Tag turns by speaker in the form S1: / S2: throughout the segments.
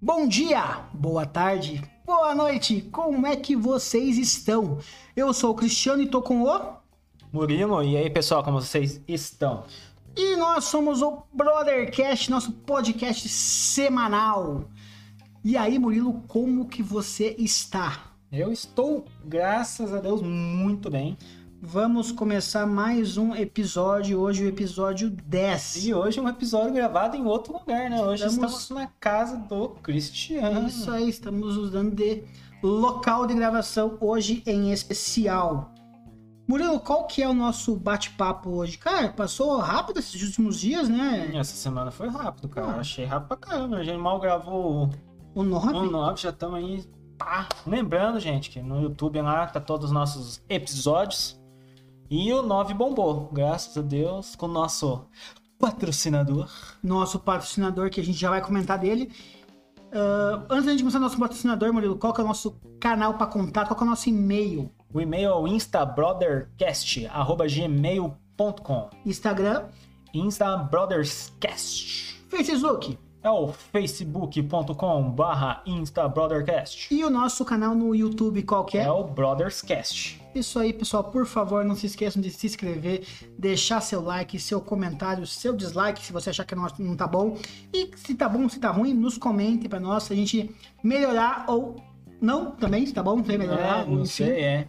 S1: Bom dia, boa tarde, boa noite, como é que vocês estão? Eu sou o Cristiano e tô com o.
S2: Murilo, e aí pessoal, como vocês estão?
S1: E nós somos o Brothercast, nosso podcast semanal. E aí, Murilo, como que você está?
S2: Eu estou, graças a Deus, muito bem.
S1: Vamos começar mais um episódio, hoje o episódio 10.
S2: E hoje é um episódio gravado em outro lugar, né? Hoje
S1: Estamos-
S2: estamos, na casa do Cristiano.
S1: É Isso aí, estamos usando de local de gravação hoje em especial. Murilo, qual que é o nosso bate-papo hoje? Cara, passou rápido esses últimos dias, né?
S2: Essa semana foi rápido, cara.
S1: Ah.
S2: Achei rápido pra caramba. A gente mal gravou
S1: O
S2: o
S1: nove
S2: 9, já estamos aí. Pá. Lembrando, gente, que no YouTube lá tá todos os nossos episódios. E o 9 bombou, graças a Deus, com o nosso patrocinador.
S1: nosso patrocinador, que a gente já vai comentar dele. Ah, antes da gente começar nosso patrocinador, Murilo, qual que é o nosso canal para contato? Qual que é o nosso e-mail?
S2: O e-mail é o instabrothercast.gmail.com
S1: Instagram,
S2: Instabrotherscast
S1: Facebook
S2: é o facebook.com barra instabrothercast
S1: e o nosso canal no YouTube, qual que é?
S2: é o brotherscast
S1: Isso aí, pessoal. Por favor, não se esqueçam de se inscrever, deixar seu like, seu comentário, seu dislike, se você achar que não, não tá bom. E se tá bom, se tá ruim, nos comente pra nós, a gente melhorar ou não também, se tá bom, se melhorar,
S2: É, não
S1: enfim,
S2: sei, é só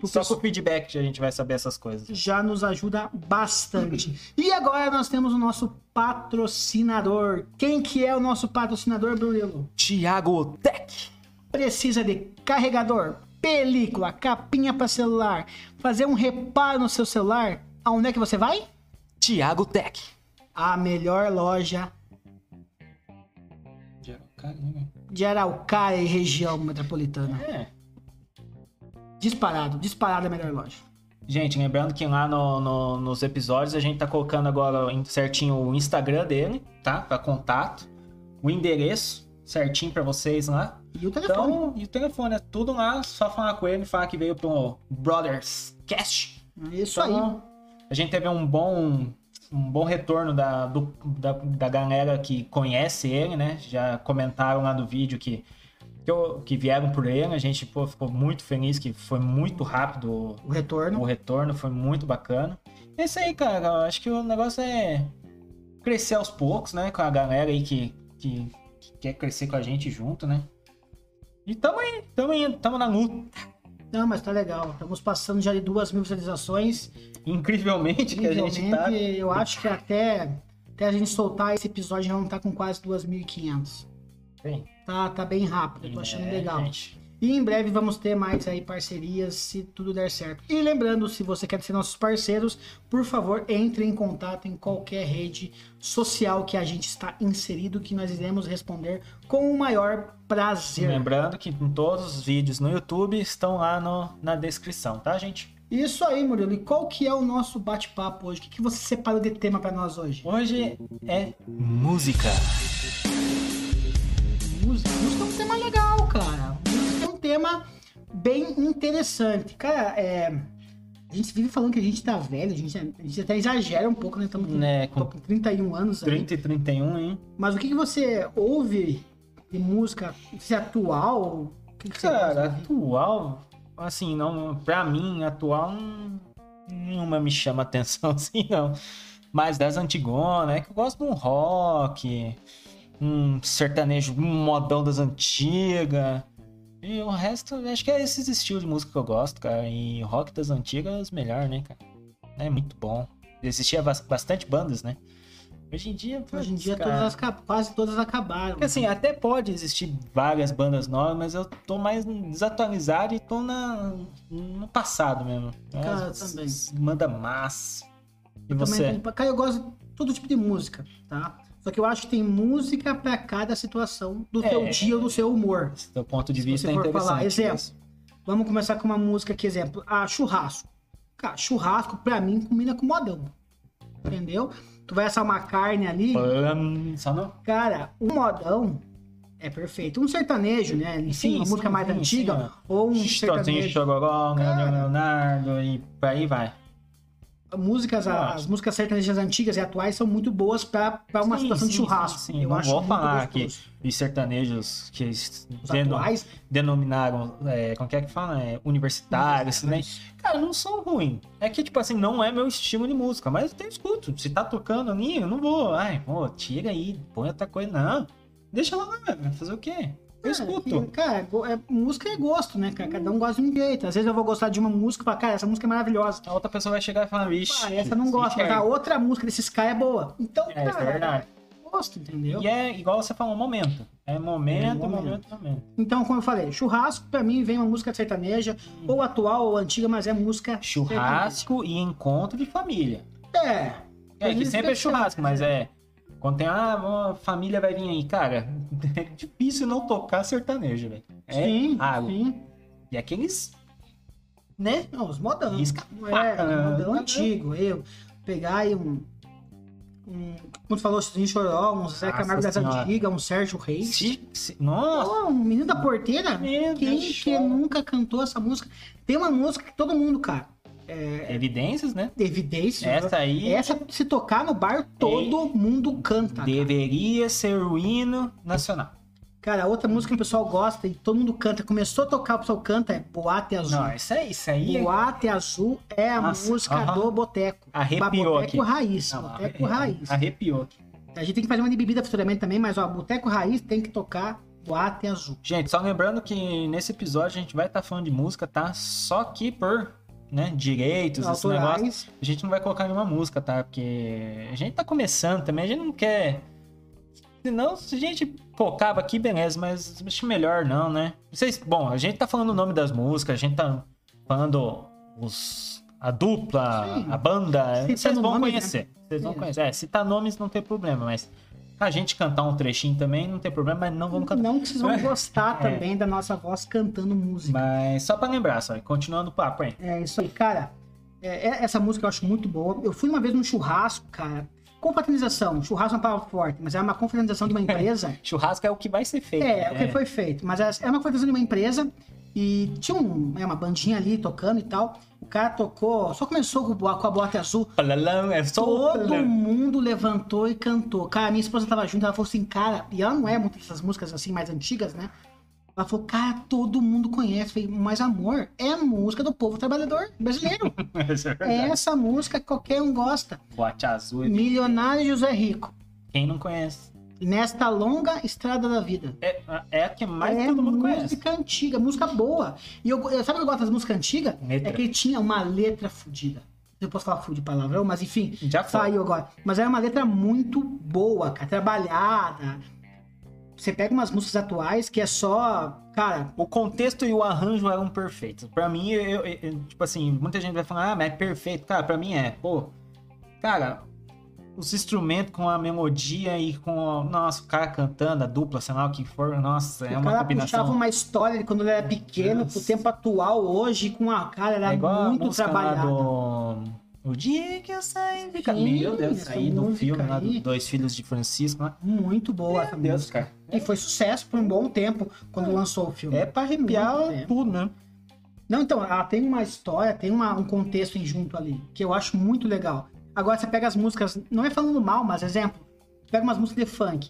S2: com
S1: pessoal-
S2: o feedback que a gente vai saber essas coisas
S1: já nos ajuda bastante. e agora nós temos o nosso patrocinador. Quem que é o nosso patrocinador, Brunello?
S2: Tiago Tech
S1: Precisa de carregador, película, capinha para celular, fazer um reparo no seu celular? Aonde é que você vai?
S2: Tiago Tech
S1: A melhor loja de Araucária e região metropolitana.
S2: é.
S1: Disparado, disparado é a melhor loja.
S2: gente, lembrando que lá no- no- nos episódios a gente tá colocando agora em- certinho o Instagram dele, tá? Pra contato o endereço certinho pra vocês lá
S1: E o telefone.
S2: Então, e o telefone é tudo lá, só falar com ele, falar que veio pro Brothers Cast.
S1: é isso aí.
S2: Então, A gente teve um bom, um bom retorno da, do- da, da galera que conhece ele, né? Já comentaram lá no vídeo que, que, eu- que vieram por ele. A gente pô, ficou muito feliz que foi muito rápido
S1: O retorno.
S2: o retorno, foi muito bacana. É isso aí, cara. Eu acho que o negócio é crescer aos poucos, né? Com a galera aí que, que, que quer crescer com a gente junto, né? E tamo aí, tamo indo, tamo na luta.
S1: Não, mas tá legal. Estamos passando já de duas mil visualizações.
S2: Incrivelmente que a gente tá.
S1: Incrivelmente, eu acho que até, até a gente soltar esse episódio já não tá com quase 2.500.
S2: Bem,
S1: Tá, tá bem rápido, eu tô achando
S2: é,
S1: legal.
S2: gente.
S1: E em breve vamos ter mais aí parcerias, se tudo der certo. E lembrando, se você quer ser nossos parceiros, por favor, entre em contato em qualquer rede social que a gente está inserido, que nós iremos responder com o maior prazer.
S2: Lembrando que todos os vídeos no YouTube estão lá no, na descrição, tá, gente?
S1: Isso aí, Murilo. E qual que é o nosso bate-papo hoje? O que, que você separou de tema para nós hoje?
S2: Hoje é música.
S1: Música, música é um tema legal, cara. Música é um tema bem interessante. Cara, é, a gente vive falando que a gente tá velho, a gente, a gente até exagera um pouco, né? Estamos com,
S2: Né,
S1: tô
S2: com
S1: com 31 anos. aí.
S2: 30 e 31, hein?
S1: Mas o que, que você ouve de música? Se é atual? O que que você
S2: Cara,
S1: gosta de ouvir?
S2: atual, assim, não, pra mim, atual hum, nenhuma me chama atenção assim, não. Mas das antigonas, é que eu gosto de um rock, um sertanejo um modão das antigas. E o resto, eu acho que é esses estilos de música que eu gosto, cara. E rock das antigas, melhor, né, cara? É muito bom. Existia bas- bastante bandas, né? Hoje em dia,
S1: Hoje em
S2: putz,
S1: dia
S2: cara,
S1: todas as ca- quase todas acabaram.
S2: porque assim, até pode existir várias bandas novas, mas eu tô mais desatualizado e tô na, no passado mesmo.
S1: Cara,
S2: As-
S1: também.
S2: as- Manda massa. E
S1: Também
S2: você?
S1: tem- Cara, eu gosto de todo tipo de música, tá? Só que eu acho que tem música pra cada situação do
S2: É.
S1: teu dia ou do seu humor.
S2: Esse teu ponto de
S1: Se
S2: vista
S1: você
S2: é
S1: for
S2: interessante.
S1: falar, exemplo.
S2: isso.
S1: Vamos começar com uma música aqui, exemplo. Ah, churrasco. Cara, churrasco pra mim combina com modão. Entendeu? Tu vai assar uma carne ali.
S2: Pam, Só não?
S1: Cara, um modão é perfeito. Um sertanejo, né? Enfim,
S2: Sim,
S1: uma
S2: sim,
S1: música mais
S2: sim, é.
S1: antiga.
S2: sim,
S1: Ou um
S2: Chitãozinho,
S1: sertanejo.
S2: Chororó,
S1: Cara.
S2: Leonardo e por aí vai.
S1: músicas, a- as músicas sertanejas antigas e atuais são muito boas pra pra uma
S2: Sim,
S1: situação de
S2: sim,
S1: churrasco.
S2: sim, sim.
S1: Eu
S2: Não
S1: acho
S2: vou
S1: muito
S2: falar
S1: gostoso.
S2: Os sertanejos que eles
S1: Os
S2: deno-
S1: atuais, né?
S2: denominaram, é, como que é que fala? É, universitários, né? Cara, não são ruins. É que, tipo assim, não é meu estilo de música, mas eu escuto. Se tá tocando ali, eu não vou. Ai, pô, tira aí, põe outra coisa. Não, deixa lá, vai fazer o quê?
S1: Cara,
S2: Eu escuto.
S1: que- cara, go- é- música é gosto, né, cara? Cada um gosta de um jeito. Às vezes eu vou gostar de uma música e falar, cara, essa música é maravilhosa.
S2: A outra pessoa vai chegar e falar, vixe.
S1: Ah, essa eu não gosto, mas a outra música desses caras é boa. Então,
S2: É, isso é
S1: cara,
S2: verdade.
S1: gosto, entendeu?
S2: E é igual você falou, momento. É momento,
S1: É,
S2: momento,
S1: momento.
S2: momento.
S1: Então, como eu falei, churrasco, pra mim, vem uma música sertaneja, ou atual ou antiga, mas é música.
S2: Churrasco e encontro de família.
S1: É.
S2: É, que
S1: Isso
S2: sempre é
S1: é
S2: churrasco, mas é. Quando tem, ah, uma família vai vir aí, cara, é difícil não tocar sertanejo, velho. É
S1: sim,
S2: raro.
S1: sim.
S2: E aqueles. Né?
S1: Não, os modão.
S2: Risca
S1: Não
S2: a
S1: é,
S2: faca, né?
S1: os modão antigo. Eu pegar aí um. um como tu falou, Cidinho Choró, um Zé
S2: Nossa
S1: Camargo das
S2: Senhora.
S1: Antigas, um Sérgio Reis.
S2: Se- se- nossa! tá
S1: Pô, um menino da porteira?
S2: Meu
S1: Quem
S2: Deus.
S1: que é nunca cantou essa música? Tem uma música que todo mundo, cara,
S2: Evidências, né?
S1: evidência.
S2: Essa aí É
S1: Essa, tá se tocar no bar, todo mundo canta.
S2: deveria ser o hino nacional.
S1: Cara, outra música que o pessoal gosta e todo mundo canta, começou a tocar, o pessoal canta, é Boate Azul.
S2: Não, isso aí, isso aí. é-
S1: Boate Azul é a
S2: Nossa,
S1: música
S2: aham.
S1: do Boteco.
S2: Arrepiou
S1: Boteco
S2: aqui.
S1: Raiz.
S2: Não,
S1: boteco
S2: arre-
S1: Raiz.
S2: Arrepiou aqui.
S1: A gente tem que fazer uma de bebida futuramente também, mas ó, Boteco Raiz tem que tocar Boate Azul.
S2: Gente, só lembrando que nesse episódio a gente vai estar falando de música, tá? Só que por né, direitos, esse negócio.
S1: Autorais.
S2: A gente não vai colocar nenhuma música, tá? Porque a gente tá começando também, a gente não quer. Senão, se a gente colocava aqui, beleza, mas acho melhor não, né? Vocês, bom, a gente tá falando o nome das músicas, a gente tá falando os, a dupla,
S1: Sim.
S2: a banda.
S1: Citando
S2: Vocês vão
S1: nomes, né?
S2: conhecer. Vocês vão
S1: É.
S2: conhecer. É, citar nomes não tem problema, mas a gente cantar um trechinho também não tem problema, mas não vamos cantar.
S1: Não que vocês vão gostar
S2: É.
S1: também da nossa voz cantando música.
S2: Mas só pra lembrar, só, continuando o papo, hein?
S1: É isso aí, cara. é, é- essa música eu acho muito boa. Eu fui uma vez num churrasco, cara. Confraternização. Churrasco é uma palavra forte, mas é uma confraternização de uma empresa.
S2: Churrasco é o que vai ser feito.
S1: É, é o
S2: né?
S1: que foi feito. Mas é é uma coisa de uma empresa e tinha um- é, uma bandinha ali tocando e tal. O cara tocou, só começou com, o bo- com a bota azul.
S2: Palalão, é só
S1: Todo
S2: outro.
S1: mundo levantou e cantou. Cara, minha esposa tava junto, ela falou assim, cara, e ela não é muito dessas músicas assim mais antigas, né? Ela falou, cara, todo mundo conhece. Eu Falei, mas amor, é a música do povo trabalhador brasileiro.
S2: Isso é
S1: É
S2: verdade.
S1: essa música que qualquer um gosta.
S2: Boate azul.
S1: Milionário José Rico.
S2: Quem não conhece? É,
S1: É eh, É é é
S2: tipo assim, "Ah, é É É né?
S1: um então, um é é assim,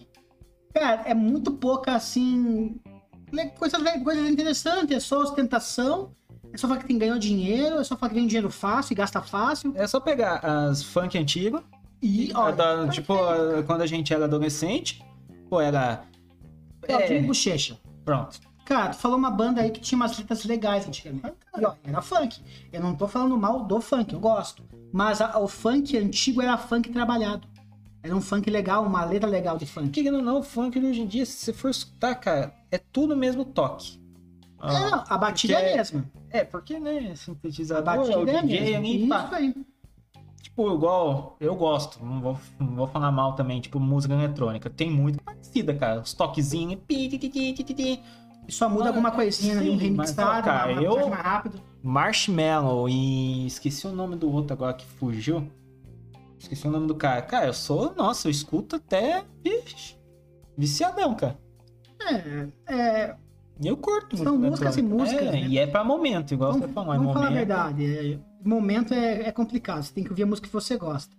S1: é é, Tá é, um É, Ah. é né? Um É, né? momento é, é complicado, você tem que
S2: É tipo, é, é Ah, É, né, Tipo, tipo, É,
S1: ouvir a música que você gosta.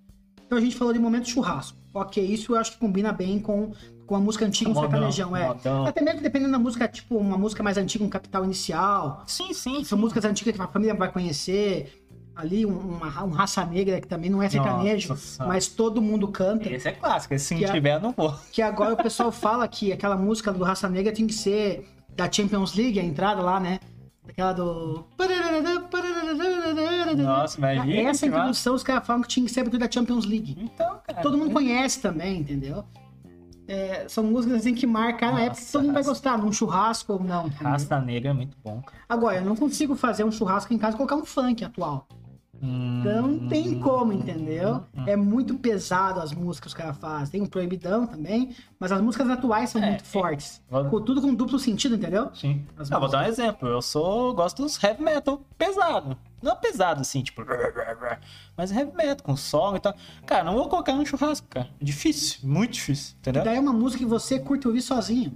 S1: Então a gente falou de momento churrasco. Ok, isso eu acho que combina bem com, com a música antiga, um
S2: Modão,
S1: sertanejão, é.
S2: modão.
S1: Até mesmo dependendo da música, tipo uma música mais antiga, um capital inicial.
S2: Sim, sim.
S1: São músicas antigas que a família vai conhecer. Ali, um, uma ra- um raça negra que também não é sertanejo,
S2: Nossa Senhora.
S1: mas todo mundo canta.
S2: Esse é clássico. Esse se
S1: Que
S2: não
S1: é-
S2: tiver, eu não vou.
S1: Que agora o pessoal fala que aquela música do Raça Negra tem que ser da Champions League, a entrada lá, né? Aquela do.
S2: Nossa, imagina.
S1: Essa
S2: que massa.
S1: introdução os caras falam que tinha que ser porque é da Champions League.
S2: Então, cara.
S1: Todo mundo conhece também, entendeu? É, são músicas assim que marcaram a
S2: Nossa,
S1: época que todo mundo vai
S2: raça.
S1: gostar, num churrasco ou não. entendeu?
S2: Rasta Negra é muito bom, cara.
S1: Agora, eu não consigo fazer um churrasco em casa e colocar um funk atual.
S2: Hum,
S1: Então não tem como, entendeu?
S2: hum.
S1: É muito pesado as músicas que os caras fazem. Tem um proibidão também, mas as músicas atuais são
S2: É,
S1: muito
S2: é.
S1: fortes.
S2: Vou-
S1: Com- Tudo com duplo sentido, entendeu?
S2: Sim.
S1: As
S2: Ah, vou dar um exemplo. Eu sou. gosto dos heavy metal pesado. Não pesado assim, tipo. Mas heavy metal, com solo e tal. Cara, não vou colocar no churrasco, cara. É Difícil, muito difícil, entendeu?
S1: Daí é uma música que você curte ouvir sozinho,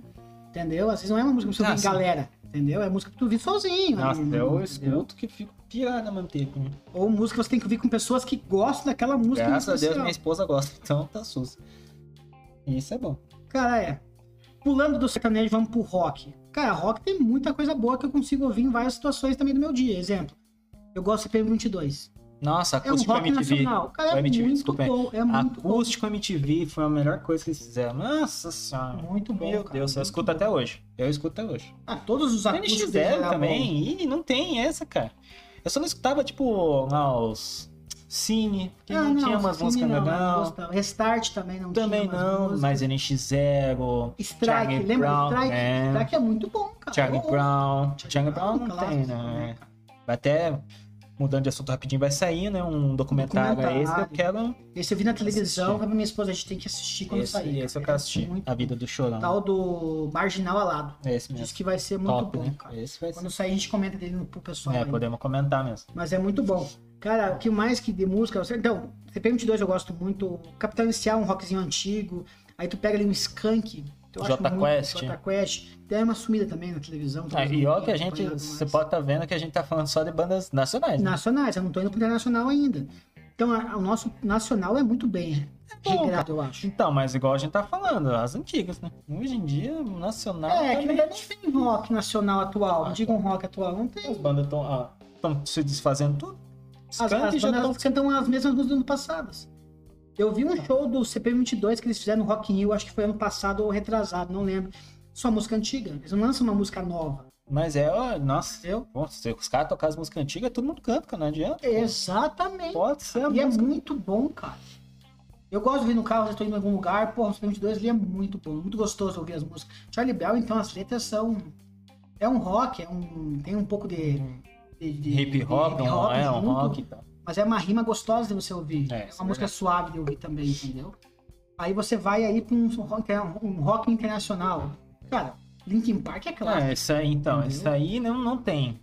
S1: entendeu? Às vezes não é uma música que você
S2: Ah,
S1: ouve em
S2: sim.
S1: galera, entendeu? É música que tu ouve sozinho.
S2: Nossa,
S1: né?
S2: eu
S1: Entendeu?
S2: escuto que fico pirando a manteiga. né?
S1: Ou música que você tem que ouvir com pessoas que gostam daquela música. em
S2: Graças a Deus,
S1: especial.
S2: minha esposa gosta, então tá sus. Isso é bom.
S1: Cara, é. Pulando do sertanejo, vamos pro rock. Cara, rock tem muita coisa boa que eu consigo ouvir em várias situações também do meu dia. Exemplo, eu gosto de PM22.
S2: Nossa,
S1: É um
S2: acústico
S1: rock
S2: MTV.
S1: nacional. Cara, é
S2: O MTV,
S1: muito
S2: desculpa Ah, aí.
S1: bom. É muito bom.
S2: Acústico MTV foi a melhor coisa que eles fizeram. Nossa senhora.
S1: Muito bom,
S2: Meu
S1: cara.
S2: Deus, eu
S1: Muito
S2: escuto até hoje. Eu escuto até hoje.
S1: Ah, todos os acústicos deles
S2: NX0
S1: eram bons.
S2: também. Ih, não tem essa, cara. Eu só não escutava, tipo, lá os Cine, porque
S1: Ah,
S2: não, tinha umas
S1: sim,
S2: músicas
S1: não, não
S2: legal.
S1: gostava. Restart também não
S2: Também
S1: tinha umas
S2: não,
S1: músicas.
S2: mas NX0,
S1: Strike,
S2: Charlie
S1: lembra
S2: Brown,
S1: do Strike?
S2: é.
S1: Strike é muito bom, cara. Oh,
S2: Charlie
S1: Ô,
S2: Brown.
S1: Charlie
S2: Charlie
S1: Brown,
S2: Brown não
S1: Ah, um clássico,
S2: tem, né? Vai até, mudando de assunto rapidinho, vai sair, né? Um documentário, aí esse que eu quero.
S1: Esse eu vi na televisão,
S2: Assistir.
S1: pra minha esposa, a gente tem que assistir quando
S2: Esse,
S1: sair.
S2: esse eu
S1: cara.
S2: quero
S1: É
S2: assistir.
S1: muito
S2: A Vida do Chorão.
S1: bom. Tal do Marginal Alado.
S2: É esse
S1: Diz
S2: mesmo.
S1: que vai ser muito
S2: Top,
S1: bom,
S2: né?
S1: cara.
S2: Esse vai ser.
S1: Quando sair, a gente comenta dele no- pro pessoal.
S2: É,
S1: aí.
S2: podemos comentar mesmo.
S1: Mas é muito bom. Cara, o que mais que de música? você- Então, CPM22 eu gosto muito. Capitão Inicial, um rockzinho antigo. Aí tu pega ali um Skunk. eu acho
S2: Jota
S1: muito-
S2: Quest.
S1: Jota Quest. Tem uma sumida também na televisão.
S2: Ah,
S1: talvez
S2: e
S1: não
S2: ó, que a
S1: tenha
S2: gente.
S1: acompanhado
S2: Você
S1: mais.
S2: pode estar vendo que a gente tá falando só de bandas nacionais. Né?
S1: Nacionais, eu não tô indo pro internacional ainda. Então, a- o nosso nacional é muito bem
S2: bom,
S1: regrado, eu acho.
S2: Então, mas igual a gente tá falando, as antigas, né? Hoje em dia, o nacional.
S1: É, que na
S2: também...
S1: verdade não tem rock nacional atual. Não diga um rock atual, não tem.
S2: As bandas estão se desfazendo tudo. Os
S1: As,
S2: caras
S1: as
S2: já
S1: bandas
S2: tão-
S1: cantam as mesmas músicas do ano passado. assim. Eu vi
S2: Tá.
S1: um show do CP22 que eles fizeram no Rock in Rio, acho que foi ano passado ou retrasado, não lembro. Só música antiga. Eles não lançam uma música nova,
S2: Mas é, ó, nossa,
S1: entendeu?
S2: bom, se os caras tocarem as músicas antigas, todo mundo canta, cara, não adianta.
S1: Exatamente.
S2: Pode ser a
S1: É. E é
S2: música.
S1: muito bom, cara. Eu gosto de ouvir no carro, eu tô indo em algum lugar, porra, o CP22 ele é muito bom, muito gostoso ouvir as músicas. Charlie Brown, então, as letras são... É um rock, é um... tem um pouco de... de- de-
S2: Hip
S1: de
S2: hop,
S1: hip
S2: um, é um
S1: junto.
S2: rock e tal.
S1: Mas é uma rima gostosa de você ouvir.
S2: É,
S1: É,
S2: isso
S1: uma
S2: é
S1: música suave de ouvir também, entendeu? Aí você vai aí pra um rock, um rock internacional. Cara, Linkin Park é clássico.
S2: É, isso aí, então,
S1: Entendeu?
S2: isso aí não, não tem.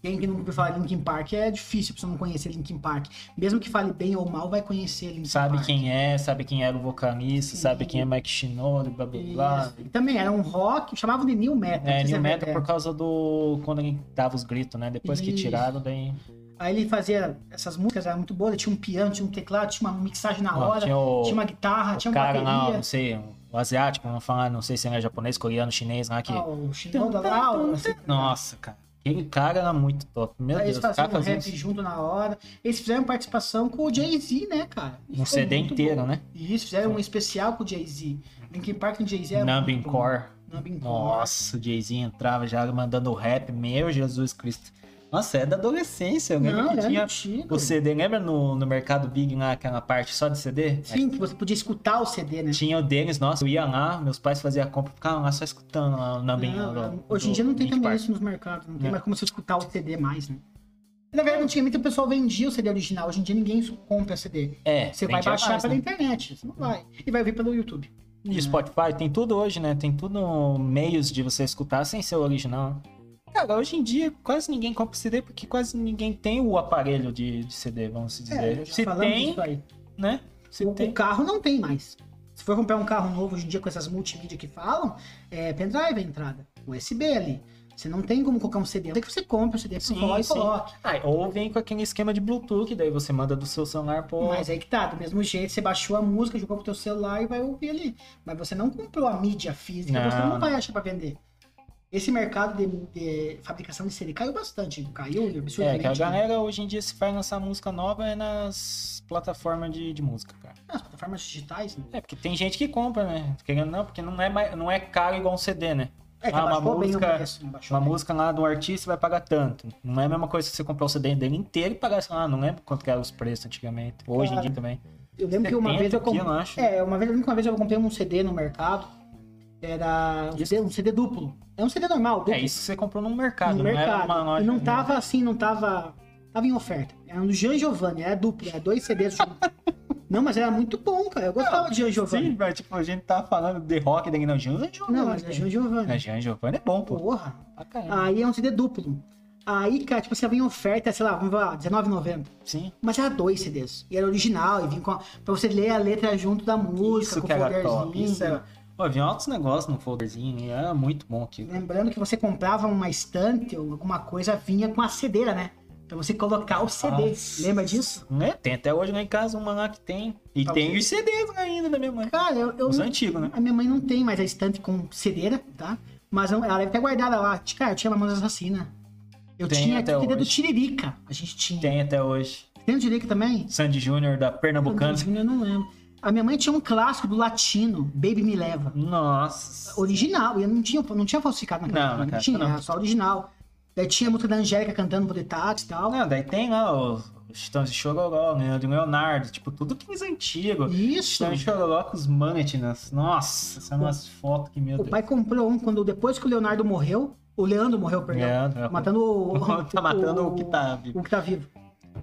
S1: Quem que não ouviu falar de Linkin Park é difícil pra você não conhecer Linkin Park. Mesmo que fale bem ou mal, vai conhecer Linkin
S2: Sabe
S1: Park.
S2: quem é, sabe quem era o vocalista,
S1: Sim.
S2: sabe quem é Mike Shinoda, blá blá blá.
S1: Isso. Então, E também era um rock, chamavam de New Metal. não
S2: É,
S1: sei se
S2: New
S1: verdade.
S2: Metal por causa do. quando ele dava os gritos, né? Depois que
S1: Isso.
S2: tiraram, daí.
S1: É. Aí ele fazia essas músicas, era muito boa. ele Tinha um piano, tinha um teclado, tinha uma mixagem na
S2: ó,
S1: hora, tinha,
S2: tinha o,
S1: uma guitarra,
S2: o
S1: Ah, tinha uma
S2: cara lá,
S1: bateria.
S2: não sei, o asiático, vamos falar, não sei se era japonês, coreano, chinês, lá que.
S1: Ah, o Shinoda lá, o-
S2: Nossa, cara. Aquele cara era é muito top. Meu
S1: tá, Aí
S2: Deus,
S1: eles
S2: o cara
S1: faziam
S2: fazia
S1: rap
S2: um,
S1: junto na hora. Eles fizeram participação com o Jay-Z, né, cara?
S2: um
S1: Ficou
S2: CD
S1: muito
S2: inteiro,
S1: bom.
S2: né?
S1: Isso, fizeram um especial com o Jay-Z. Linkin Park com o Jay-Z era
S2: Numbing
S1: é muito bom.
S2: Core.
S1: Numbing Core.
S2: Nossa, o Jay-Z entrava já mandando o rap. Meu Jesus Cristo. Nossa, é da adolescência. Eu lembro
S1: Não, é.
S2: que
S1: era
S2: tinha
S1: antigo.
S2: o CD. Lembra no, no Mercado Big lá, aquela parte só de CD?
S1: Sim, que você podia escutar o CD, né?
S2: Tinha o deles, nossa, eu ia lá, meus pais faziam a compra, ficavam lá só escutando lá o Numbing
S1: Não,
S2: Core. do-
S1: hoje em dia não
S2: do
S1: tem
S2: Linkin
S1: também
S2: Park. É.
S1: isso nos mercados. Não tem
S2: Não.
S1: mais como você escutar o CD mais, né? Na verdade, antigamente o pessoal vendia o CD original. Hoje em dia ninguém compra CD.
S2: É,
S1: Você vai
S2: vendia
S1: baixar
S2: mais,
S1: pela
S2: né?
S1: internet. Você não vai. E vai vir pelo YouTube.
S2: E Spotify, tem tudo hoje, né? Tem tudo meios de você escutar sem ser o original. Cara, hoje em dia quase ninguém compra CD porque quase ninguém tem o aparelho de, de CD, vamos se dizer.
S1: É, já
S2: se
S1: falamos
S2: tem,
S1: disso aí.
S2: né? Se
S1: O, o
S2: tem.
S1: carro não tem mais. Se for comprar um carro novo hoje em dia com essas multimídia que falam, é pendrive a entrada, USB ali. Você não tem como colocar um CD. Até que você compre o CD pro
S2: Sim,
S1: forró e
S2: sim.
S1: coloque.
S2: Ah, ou vem com aquele esquema de Bluetooth, daí você manda do seu celular pro.
S1: Mas aí que tá, do mesmo jeito, você baixou a música, jogou pro teu celular e vai ouvir ali. Mas você não comprou a mídia física,
S2: Não,
S1: você não
S2: não.
S1: vai achar pra vender. Esse mercado de, de fabricação de CD caiu bastante, caiu
S2: É,
S1: absurdamente.
S2: que a galera hoje em dia se vai lançar música nova é nas plataformas de, de música, cara.
S1: As plataformas digitais, né?
S2: É, porque tem gente que compra, né? Querendo ou não, porque não é, mais- não é caro igual um CD, né?
S1: É que
S2: Ah, uma
S1: abaixou bem
S2: música-
S1: o preço, né? Abaixou
S2: Uma
S1: bem.
S2: música lá do artista vai pagar tanto. Não é a mesma coisa que você comprar o CD dele inteiro e pagar, sei lá, não lembro quanto que eram os preços antigamente. Hoje em
S1: Cara,
S2: dia também.
S1: Eu lembro que uma
S2: 70
S1: vez eu
S2: aqui,
S1: comprei.
S2: eu acho.
S1: É, uma vez, a única vez eu comprei um CD no mercado. Era um
S2: Isso.
S1: CD, um CD duplo. É um CD normal, duplo.
S2: É isso que você comprou no mercado,
S1: no
S2: não era
S1: mercado.
S2: uma loja. né?
S1: e não tava assim, não tava. Tava em oferta. Era um Jean Giovanni, era duplo, era dois CDs juntos. não, mas era muito bom, cara. Eu gostava de Jean
S2: Sim,
S1: Giovanni.
S2: mas tipo, a gente tá falando de rock, daí não, Jean é Giovanni.
S1: Não, mas era Jean Giovanni.
S2: É, Jean Giovanni é bom, pô.
S1: Porra.
S2: Pra caramba.
S1: Aí é um CD duplo. Aí, cara, tipo, você vem em oferta, sei lá, vamos lá, R$19,90.
S2: Sim.
S1: Mas era dois CDs. E era original, e vinha com. a- Pra você ler a letra junto da música,
S2: Isso
S1: com
S2: que
S1: o
S2: era top.
S1: folderzinho.
S2: Isso era... Pô, vinha altos negócios no folderzinho, era muito bom aquilo.
S1: Lembrando que você comprava uma estante ou alguma coisa, vinha com a cedeira, né? Pra você colocar o CD.
S2: Nossa.
S1: Lembra disso?
S2: Né? Tem até hoje lá em casa uma lá que tem. E
S1: Tá
S2: tem
S1: bom.
S2: os CDs lá ainda da minha mãe.
S1: Cara, eu. eu
S2: Os
S1: não-
S2: antigos, né?
S1: a minha mãe não tem mais a estante com cedeira, tá? Mas eu- ela deve ter guardada lá. Cara, eu tinha Mamonas Assassina. Eu
S2: Tem
S1: tinha
S2: até
S1: aquele CD do
S2: hoje.
S1: Tiririca. A gente tinha. Tem,
S2: Tem até hoje.
S1: o Tiririca também?
S2: Sandy Júnior da Pernambucana.
S1: Eu não lembro. A minha mãe tinha um clássico do latino, Baby Me Leva.
S2: Nossa.
S1: Original, e eu não tinha, não tinha falsificado naquela
S2: Não,
S1: época,
S2: naquela
S1: tinha,
S2: época não.
S1: era só original. Daí tinha a música da Angélica cantando por detalhes e tal. né?
S2: Não, daí tem lá os, os Titãs de Chororó, né? De Leonardo, tipo, tudo que eles antigos.
S1: Isso.
S2: Titãs de Chororó com os Manetinas. Nossa, são umas fotos que, meu
S1: O
S2: Deus.
S1: pai comprou um quando depois que o Leonardo morreu, o Leandro morreu, perdão.
S2: Leandro, é.
S1: Matando o, tipo,
S2: tá matando o que tá vivo.
S1: O que tá vivo.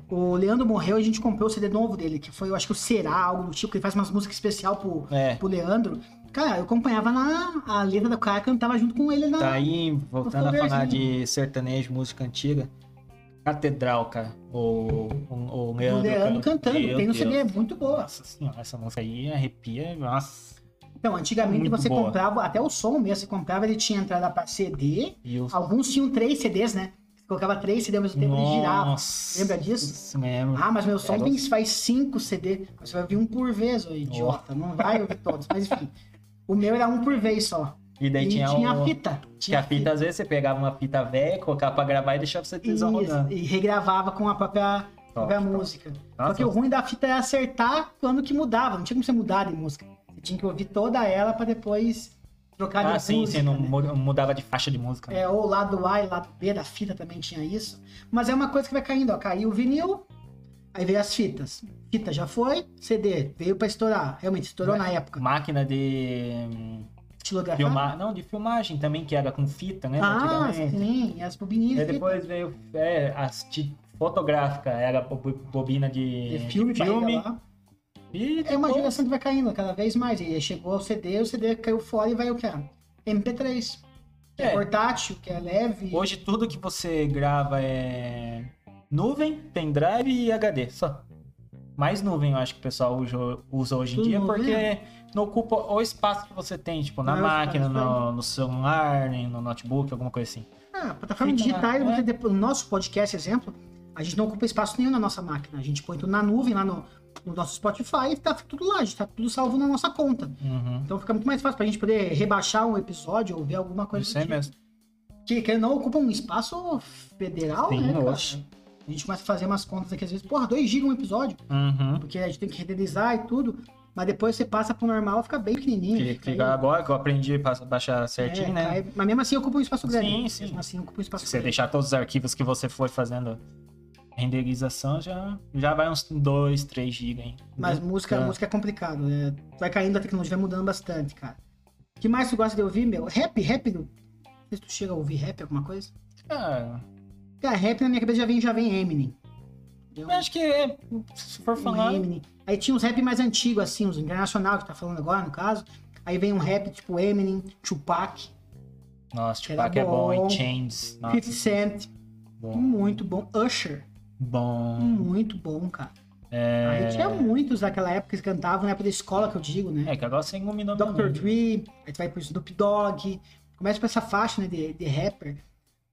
S1: O Leandro morreu e a gente comprou o CD novo dele, que foi, eu acho que o Será, algo do tipo, que ele faz umas músicas especial pro,
S2: É.
S1: pro Leandro. Cara, eu acompanhava na a letra do cara, cantava junto com ele na.
S2: Daí, tá voltando a falar
S1: folderzinho.
S2: de sertanejo, música antiga. Catedral, cara. O, o, o
S1: o
S2: Leandro,
S1: Leandro
S2: cara.
S1: cantando,
S2: Meu
S1: tem um
S2: Deus.
S1: CD muito boa.
S2: Nossa senhora, essa música aí arrepia. Nossa.
S1: Então, antigamente
S2: Muito
S1: você
S2: boa.
S1: comprava, até o som mesmo, você comprava, ele tinha entrada pra CD,
S2: E o.
S1: alguns tinham três CDs, né? Você colocava três CDs ao mesmo tempo e girava.
S2: Nossa.
S1: um Lembra disso?
S2: Isso mesmo.
S1: Ah, mas meu som
S2: Era
S1: tem, faz 5 CD. Você vai ouvir um por vez, ô idiota. Não vai ouvir todos. Mas enfim. O meu era um por vez só.
S2: E daí
S1: e
S2: tinha,
S1: tinha,
S2: o...
S1: a fita.
S2: Que a fita, às vezes, você pegava uma fita velha, colocava pra gravar e deixava você
S1: Isso,
S2: tesão rodando.
S1: e regravava com a própria, própria
S2: top.
S1: música. Só
S2: Nossa,
S1: que o ruim da fita é acertar quando que mudava. Não tinha como você mudar de música. Você tinha que ouvir toda ela pra depois trocar de
S2: Ah, sim,
S1: música.
S2: você não
S1: né?
S2: mu- mudava de faixa de música. né?
S1: É, ou lado A e lado B da fita também tinha isso. Mas é uma coisa que vai caindo, ó. Caiu o vinil, aí veio as fitas. Fita já foi, CD veio pra estourar. Realmente, estourou
S2: Ué.
S1: na época.
S2: Máquina de. hum,
S1: Estilografar?
S2: Filmar. Não, de filmagem também, que era com fita, né?
S1: É Ah,
S2: antigamente.
S1: sim, e as bobinhas.
S2: E
S1: de
S2: depois veio é, as ti- fotográfica, era bo- bo- bobina de,
S1: de filme,
S2: de
S1: pra
S2: é, tipo, filme.
S1: regalar.
S2: E
S1: É uma
S2: depois-
S1: geração que vai caindo cada vez mais. E aí chegou o CD, o CD caiu fora e vai o que? MP3. Que é.
S2: É.
S1: portátil, que é leve.
S2: Hoje tudo que você grava é nuvem, pendrive e HD, só. Mais nuvem, eu acho que o pessoal usa, usa hoje em
S1: Tudo
S2: dia,
S1: nuvem,
S2: porque não ocupa o espaço que você tem, tipo, na
S1: Não é o
S2: máquina,
S1: espaço,
S2: no, no celular, nem no notebook, alguma coisa assim.
S1: Ah, plataforma
S2: Fica
S1: digitais,
S2: lá,
S1: você depo- no nosso podcast, exemplo, a gente não ocupa espaço nenhum na nossa máquina. A gente põe tudo na nuvem, lá no, no nosso Spotify, e tá tudo lá, a gente tá tudo salvo na nossa conta.
S2: Uhum.
S1: Então fica muito mais fácil pra gente poder rebaixar um episódio ou ver alguma coisa
S2: Isso
S1: do
S2: aí
S1: tipo.
S2: mesmo.
S1: que, que não ocupa um espaço federal,
S2: Sim,
S1: né, cara?
S2: oxe.
S1: A gente começa a fazer umas contas aqui, às vezes, porra, 2 GB um episódio,
S2: Uhum.
S1: porque a gente tem que renderizar e tudo, mas depois você passa pro normal, fica bem pequenininho.
S2: Que,
S1: fica
S2: que
S1: aí-
S2: agora que eu aprendi a pa- baixar
S1: é,
S2: certinho, né?
S1: cai- mas mesmo assim ocupa um espaço grande.
S2: Sim, sim.
S1: Mesmo assim ocupa um espaço
S2: Se você
S1: grande.
S2: deixar todos os arquivos que você foi fazendo renderização, já, já vai uns 2, 3 GB, hein?
S1: Mas música,
S2: Tá.
S1: música é complicado, né? Vai caindo a tecnologia, vai mudando bastante, cara. O que mais tu gosta de ouvir, meu? Rap, rap. Não sei se tu chega a ouvir rap, alguma coisa.
S2: Ah,
S1: Cara, rap na minha cabeça já vem, já vem Eminem. Entendeu?
S2: eu acho que é, se for
S1: um
S2: falar,
S1: Eminem. Aí tinha uns rap mais antigos, assim, os internacional que tá falando agora, no caso. Aí vem um rap tipo Eminem, Tupac,
S2: Nossa,
S1: Era
S2: Tupac é bom,
S1: bom.
S2: hein? Chains.
S1: 50
S2: Nossa,
S1: Cent,
S2: Ah, bom. Ah.
S1: muito bom. Usher,
S2: bom.
S1: muito bom, cara. Aí tinha muitos daquela época que cantavam, na época da escola que eu digo, né?
S2: É que agora você iluminou meu
S1: Dr.
S2: mundo.
S1: Dre, aí tu vai pro Snoop Dogg. Começa com essa faixa, né, de, de rapper.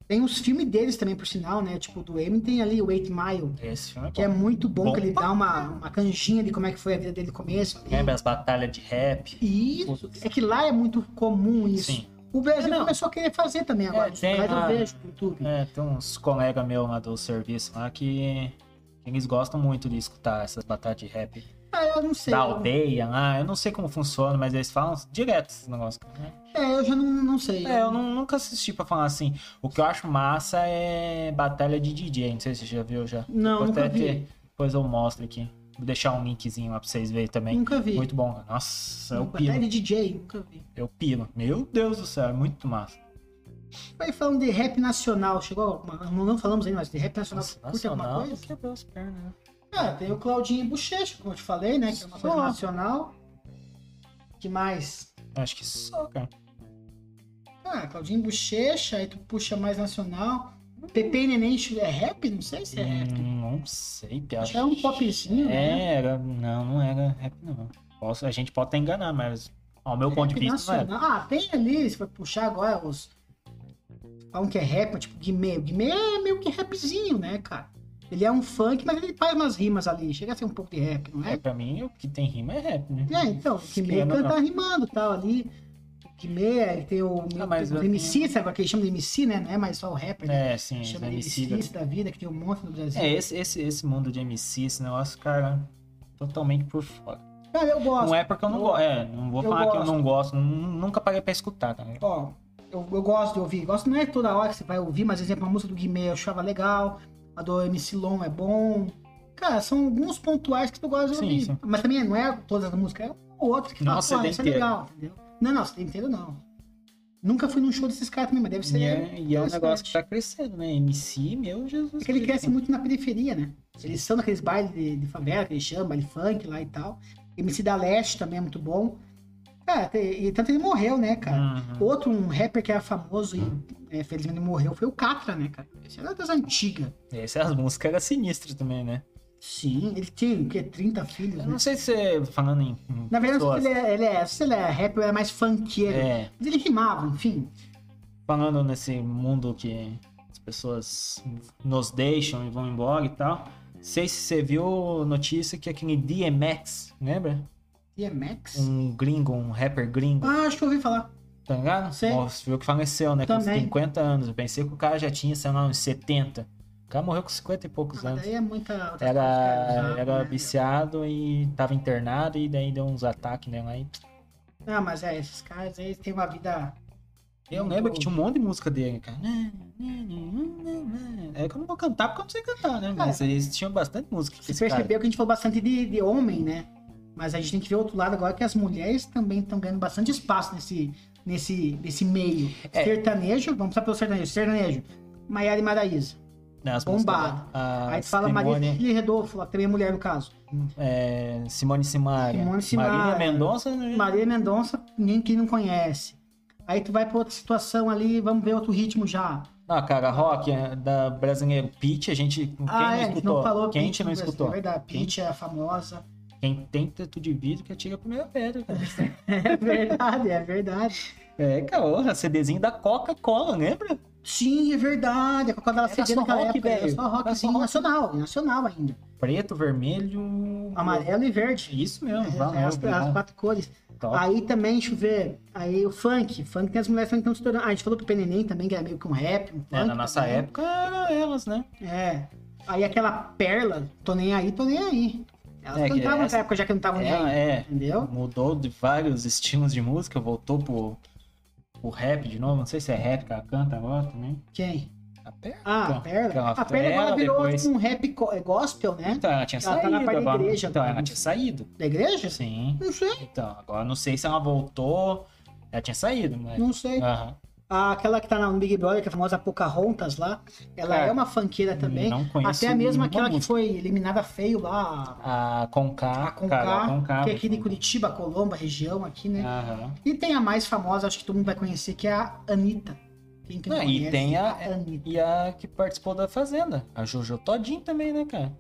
S1: Tem os filmes deles também, por sinal, né? Tipo, do Eminem tem ali o Eight Mile,
S2: Esse filme é
S1: que é
S2: bom.
S1: muito bom,
S2: Bom
S1: que ele
S2: pra É,
S1: dá uma, uma canjinha de como é que foi a vida dele no começo.
S2: Lembra as batalhas de rap?
S1: E isso, é que lá é muito comum isso.
S2: Sim.
S1: O Brasil
S2: É, não. É,
S1: começou a querer fazer também agora. Os
S2: tem
S1: caras
S2: lá-
S1: eu vejo no YouTube.
S2: É, tem uns colegas meus lá do serviço lá que eles gostam muito de escutar essas batalhas de rap
S1: Ah, eu não sei.
S2: é, da
S1: eu-
S2: aldeia lá. Eu não sei como funciona, mas eles falam direto esse negócio.
S1: É, eu já não, não sei.
S2: É, eu não- nunca assisti pra falar assim. O que eu acho massa é batalha de DJ. Não sei se você já viu já.
S1: Não,
S2: Vou
S1: nunca
S2: até
S1: vi.
S2: ter- Depois eu mostro aqui. Vou deixar um linkzinho lá pra vocês verem também.
S1: Nunca vi.
S2: Muito bom. né? é Nossa, eu
S1: Batalha
S2: piro.
S1: de DJ, nunca vi.
S2: Eu piro. Meu Deus do céu, é muito massa.
S1: Aí falando de rap nacional, chegou alguma. Não, não falamos ainda, mas de rap nacional,
S2: Nossa,
S1: curte alguma
S2: nacional.
S1: coisa?
S2: Quebrou as pernas. né?
S1: Ah, tem o Claudinho e Bochecha, como eu te falei, né? Que é uma coisa
S2: Só.
S1: nacional. que mais?
S2: Acho que só, cara.
S1: Ah, Claudinho e Bochecha, aí tu puxa mais nacional. Pepe e Neném é rap? Não sei se é rap.
S2: Hum, não sei, piada.
S1: Acho que é um popzinho, né?
S2: É, era. Não, não era rap, não. Posso, a gente pode até enganar, mas ao meu ponto de
S1: Rap
S2: vista, não é
S1: nacional. Ah, tem ali, se for puxar agora os. Falam que é rap, mas tipo Guimê. O Guimê é meio que rapzinho, né, cara? Ele é um funk, mas ele faz umas rimas ali. Chega a ser um pouco de rap, não
S2: é.
S1: é?
S2: é. Pra mim, o que tem rima é rap, né?
S1: É, então, o Guimê
S2: Esquema,
S1: canta
S2: não.
S1: rimando e tal ali. O Guimê, aí tem o,
S2: Ah, mas
S1: tem o
S2: eu
S1: MC, sabe agora que eles chamam de MC, né? Não é mais só o rapper, né?
S2: É, sim,
S1: Chama de
S2: MC.
S1: MC da vida, que tem um monte no Brasil.
S2: É, esse, esse, esse mundo de MC, esse negócio, cara, totalmente por fora.
S1: Cara, eu gosto.
S2: Não é porque eu não
S1: Eu-
S2: gosto. É, não vou
S1: eu
S2: falar que eu
S1: gosto.
S2: não gosto. nu- Nunca parei pra escutar, tá? cara.
S1: Ó, eu, eu gosto de ouvir. Gosto não é toda hora que você vai ouvir, mas, por exemplo, a música do Guimê eu achava legal. A do MC Long é bom. Cara, são alguns pontuais que tu gosta de
S2: Sim,
S1: ouvir.
S2: sim.
S1: Mas também não é todas as músicas, é um ou outro que fala,
S2: Nossa,
S1: "Pô,
S2: CD
S1: isso é
S2: inteiro."
S1: legal, entendeu? Não, não, CD inteiro não. Nunca fui num show desses caras também, mas deve ser.
S2: E é, e é um
S1: interessante.
S2: negócio que tá crescendo, né? MC, meu Jesus.
S1: É que ele
S2: Cristo.
S1: cresce muito na periferia, né? Eles são naqueles bailes de, de favela que eles chamam, baile funk lá e tal. MC da Leste também é muito bom. Cara, e tanto ele morreu, né, cara?
S2: Uhum.
S1: Outro um rapper que era famoso e é, felizmente morreu foi o Catra, né, cara? Esse era das antigas.
S2: Esse, as músicas eram sinistras também, né?
S1: Sim, ele tem o quê? 30 filhos,
S2: Eu
S1: né?
S2: não sei se você falando em. em
S1: Na verdade,
S2: pessoas,
S1: ele é, ele é, se ele é rapper, era mais funkeiro.
S2: é,
S1: Mas ele rimava, enfim.
S2: falando nesse mundo que as pessoas nos deixam e vão embora e tal. Não sei se você viu notícia que aquele DMX, lembra?
S1: DMX?
S2: Um gringo, um rapper gringo,
S1: Ah, acho que eu ouvi falar.
S2: tá ligado?
S1: Sei.
S2: Nossa, viu que faleceu, né? Com
S1: Também.
S2: 50 anos. Eu pensei que o cara já tinha, sei lá, uns 70. O cara morreu com 50 e poucos
S1: Ah,
S2: anos.
S1: daí é muita. outra coisa que
S2: Era,
S1: usava,
S2: era
S1: né?
S2: viciado e tava internado e daí deu uns ataques nela aí.
S1: Ah, mas é, esses caras aí têm uma vida.
S2: Eu lembro que tinha um monte de música dele, cara. É que eu não vou cantar porque eu não sei cantar, né? Mas eles tinham bastante música.
S1: Você
S2: esse cara.
S1: percebeu que a gente falou bastante de, de homem, né? Mas a gente tem que ver outro lado agora que as mulheres também estão ganhando bastante espaço nesse, nesse, nesse meio.
S2: É.
S1: Sertanejo, vamos passar pelo sertanejo. Sertanejo, Maiara e Maraísa.
S2: Né, as
S1: bombado.
S2: músicas da- a
S1: Aí tu fala Maria
S2: Ah, Simone,
S1: Filha e Redolfo, lá também é mulher no caso.
S2: é, Simone Simaria.
S1: Simone Simaria.
S2: Marília Mendonça. né?
S1: Maria Mendonça, ninguém que não conhece. Aí tu vai pra outra situação ali, vamos ver outro ritmo já.
S2: Ah, cara, rock é, da brasileiro Pitty, a gente. Quem
S1: ah,
S2: não
S1: é, a gente
S2: escutou?
S1: não falou
S2: quem a
S1: Pitty
S2: gente não
S1: no Brasil,
S2: escutou?
S1: É verdade,
S2: Quem-
S1: Pitty é a famosa.
S2: Quem tem teto de vidro que atira a primeira pedra, né, cara.
S1: É verdade, é verdade.
S2: É, cara, CDzinho da Coca-Cola, lembra?
S1: Sim, é verdade. A Coca dela
S2: Era
S1: CD
S2: só
S1: naquela
S2: rock,
S1: época. Era
S2: velho.
S1: só rock,
S2: Era
S1: sim,
S2: só rock. Uhum.
S1: nacional, e nacional ainda.
S2: Preto, vermelho.
S1: Amarelo e verde.
S2: Isso mesmo,
S1: É,
S2: valeu.
S1: as, as quatro cores.
S2: Top.
S1: Aí também, deixa eu ver. Aí o funk. Funk tem as mulheres que estão estourando. Ah, a gente falou pro Neném também, que era meio que um rap, um funk.
S2: É, na nossa
S1: também.
S2: época eram elas, né?
S1: É. Aí aquela perla, tô nem aí, tô nem aí. Elas
S2: É, que
S1: cantavam
S2: essa-
S1: nessa época já que não estavam nem aí.
S2: É, é.
S1: Entendeu?
S2: Mudou de vários estilos de música, voltou pro, pro rap de novo. Não sei se é rap que ela canta agora também.
S1: Quem?
S2: Até.
S1: Ah, a
S2: Então,
S1: perla.
S2: aquela
S1: A perla agora
S2: Perla,
S1: virou
S2: depois-
S1: tipo um rap go- é gospel, né?
S2: Então, ela tinha
S1: Ela tá
S2: saído
S1: na parte da
S2: agora.
S1: igreja, Né?
S2: então,
S1: tá?
S2: ela tinha saído.
S1: Da igreja?
S2: Sim.
S1: Não sei,
S2: Então, agora não sei se ela voltou. Ela tinha saído, mas.
S1: não sei.
S2: Aham.
S1: Ah, Aquela que tá na no Big Brother, que é a famosa Pocahontas lá, ela
S2: Cara,
S1: é uma funkeira também.
S2: Hum, Não conheço
S1: Até mesmo
S2: nenhuma
S1: aquela que
S2: música.
S1: foi eliminada feio lá,
S2: A Conká.
S1: a Conká,
S2: cara, a Conká.
S1: que é aqui de Curitiba, Colomba, região aqui, né?
S2: Aham.
S1: E tem a mais famosa, acho que todo mundo vai conhecer, que é a Anitta. Quem que não
S2: Ah, e
S1: conhece, é
S2: tem a-
S1: Anitta.
S2: E a que participou da Fazenda. A Jojo Todinho também, né, cara?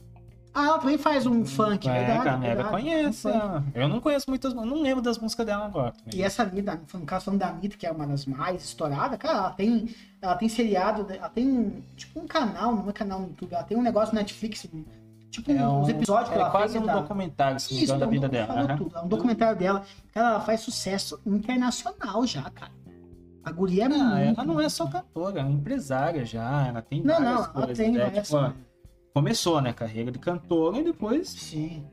S1: Ah, ela também faz um funk,
S2: é,
S1: verdade.
S2: a Neva
S1: verdade.
S2: conhece.
S1: Um funk.
S2: ela. Eu não conheço muitas, não lembro das músicas dela agora. também.
S1: E essa vida, caso falando da Anitta, que é uma das mais estouradas, cara, ela tem, ela tem seriado, né, ela tem tipo um canal, não é canal no YouTube, ela tem um negócio no Netflix, um- tipo
S2: É
S1: uns
S2: um-
S1: episódios que
S2: é
S1: ela
S2: quase
S1: fez,
S2: um
S1: tá?
S2: documentário, se não me
S1: Isso,
S2: engano,
S1: é
S2: da
S1: um
S2: vida
S1: docu-
S2: dela.
S1: falou
S2: aham.
S1: tudo, é um documentário dela, cara, ela faz sucesso internacional já, cara. A guria é
S2: Ah,
S1: muito-
S2: ela não é só cantora, ela é empresária já, ela tem
S1: Não, não,
S2: várias
S1: ela
S2: coisas.
S1: tem
S2: né?
S1: várias
S2: Tipo,
S1: coisas.
S2: começou, né, carreira de cantora e depois,
S1: Sim.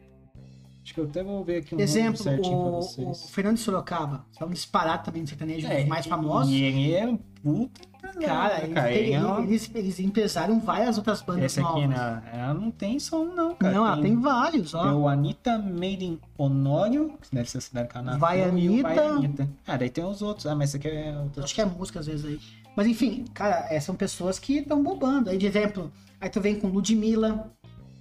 S2: acho que eu até vou ver aqui um
S1: Exemplo,
S2: certinho pra
S1: o, o
S2: vocês.
S1: Fernando Sorocaba, que é um disparate também de sertanejo, um
S2: É,
S1: dos mais
S2: e-
S1: famosos.
S2: E ele é um puta empresário,
S1: Cara,
S2: né,
S1: eles,
S2: cara?
S1: têm-
S2: Ele é uma-
S1: eles, eles empresaram várias outras bandas
S2: Esse
S1: novas.
S2: aqui, né, ela não tem som não, cara.
S1: não, ela tem vários,
S2: Tem um
S1: ó.
S2: É o Anitta Made in Honório, que deve ser a cidade do Canadá.
S1: Vai,
S2: e o Vai
S1: Anitta.
S2: Anitta. Ah, daí tem os outros. Ah, mas esse aqui é outro.
S1: Acho que é música às vezes aí. Mas enfim, cara, é, são pessoas que estão bombando. Aí, de exemplo, aí tu vem com Ludmilla,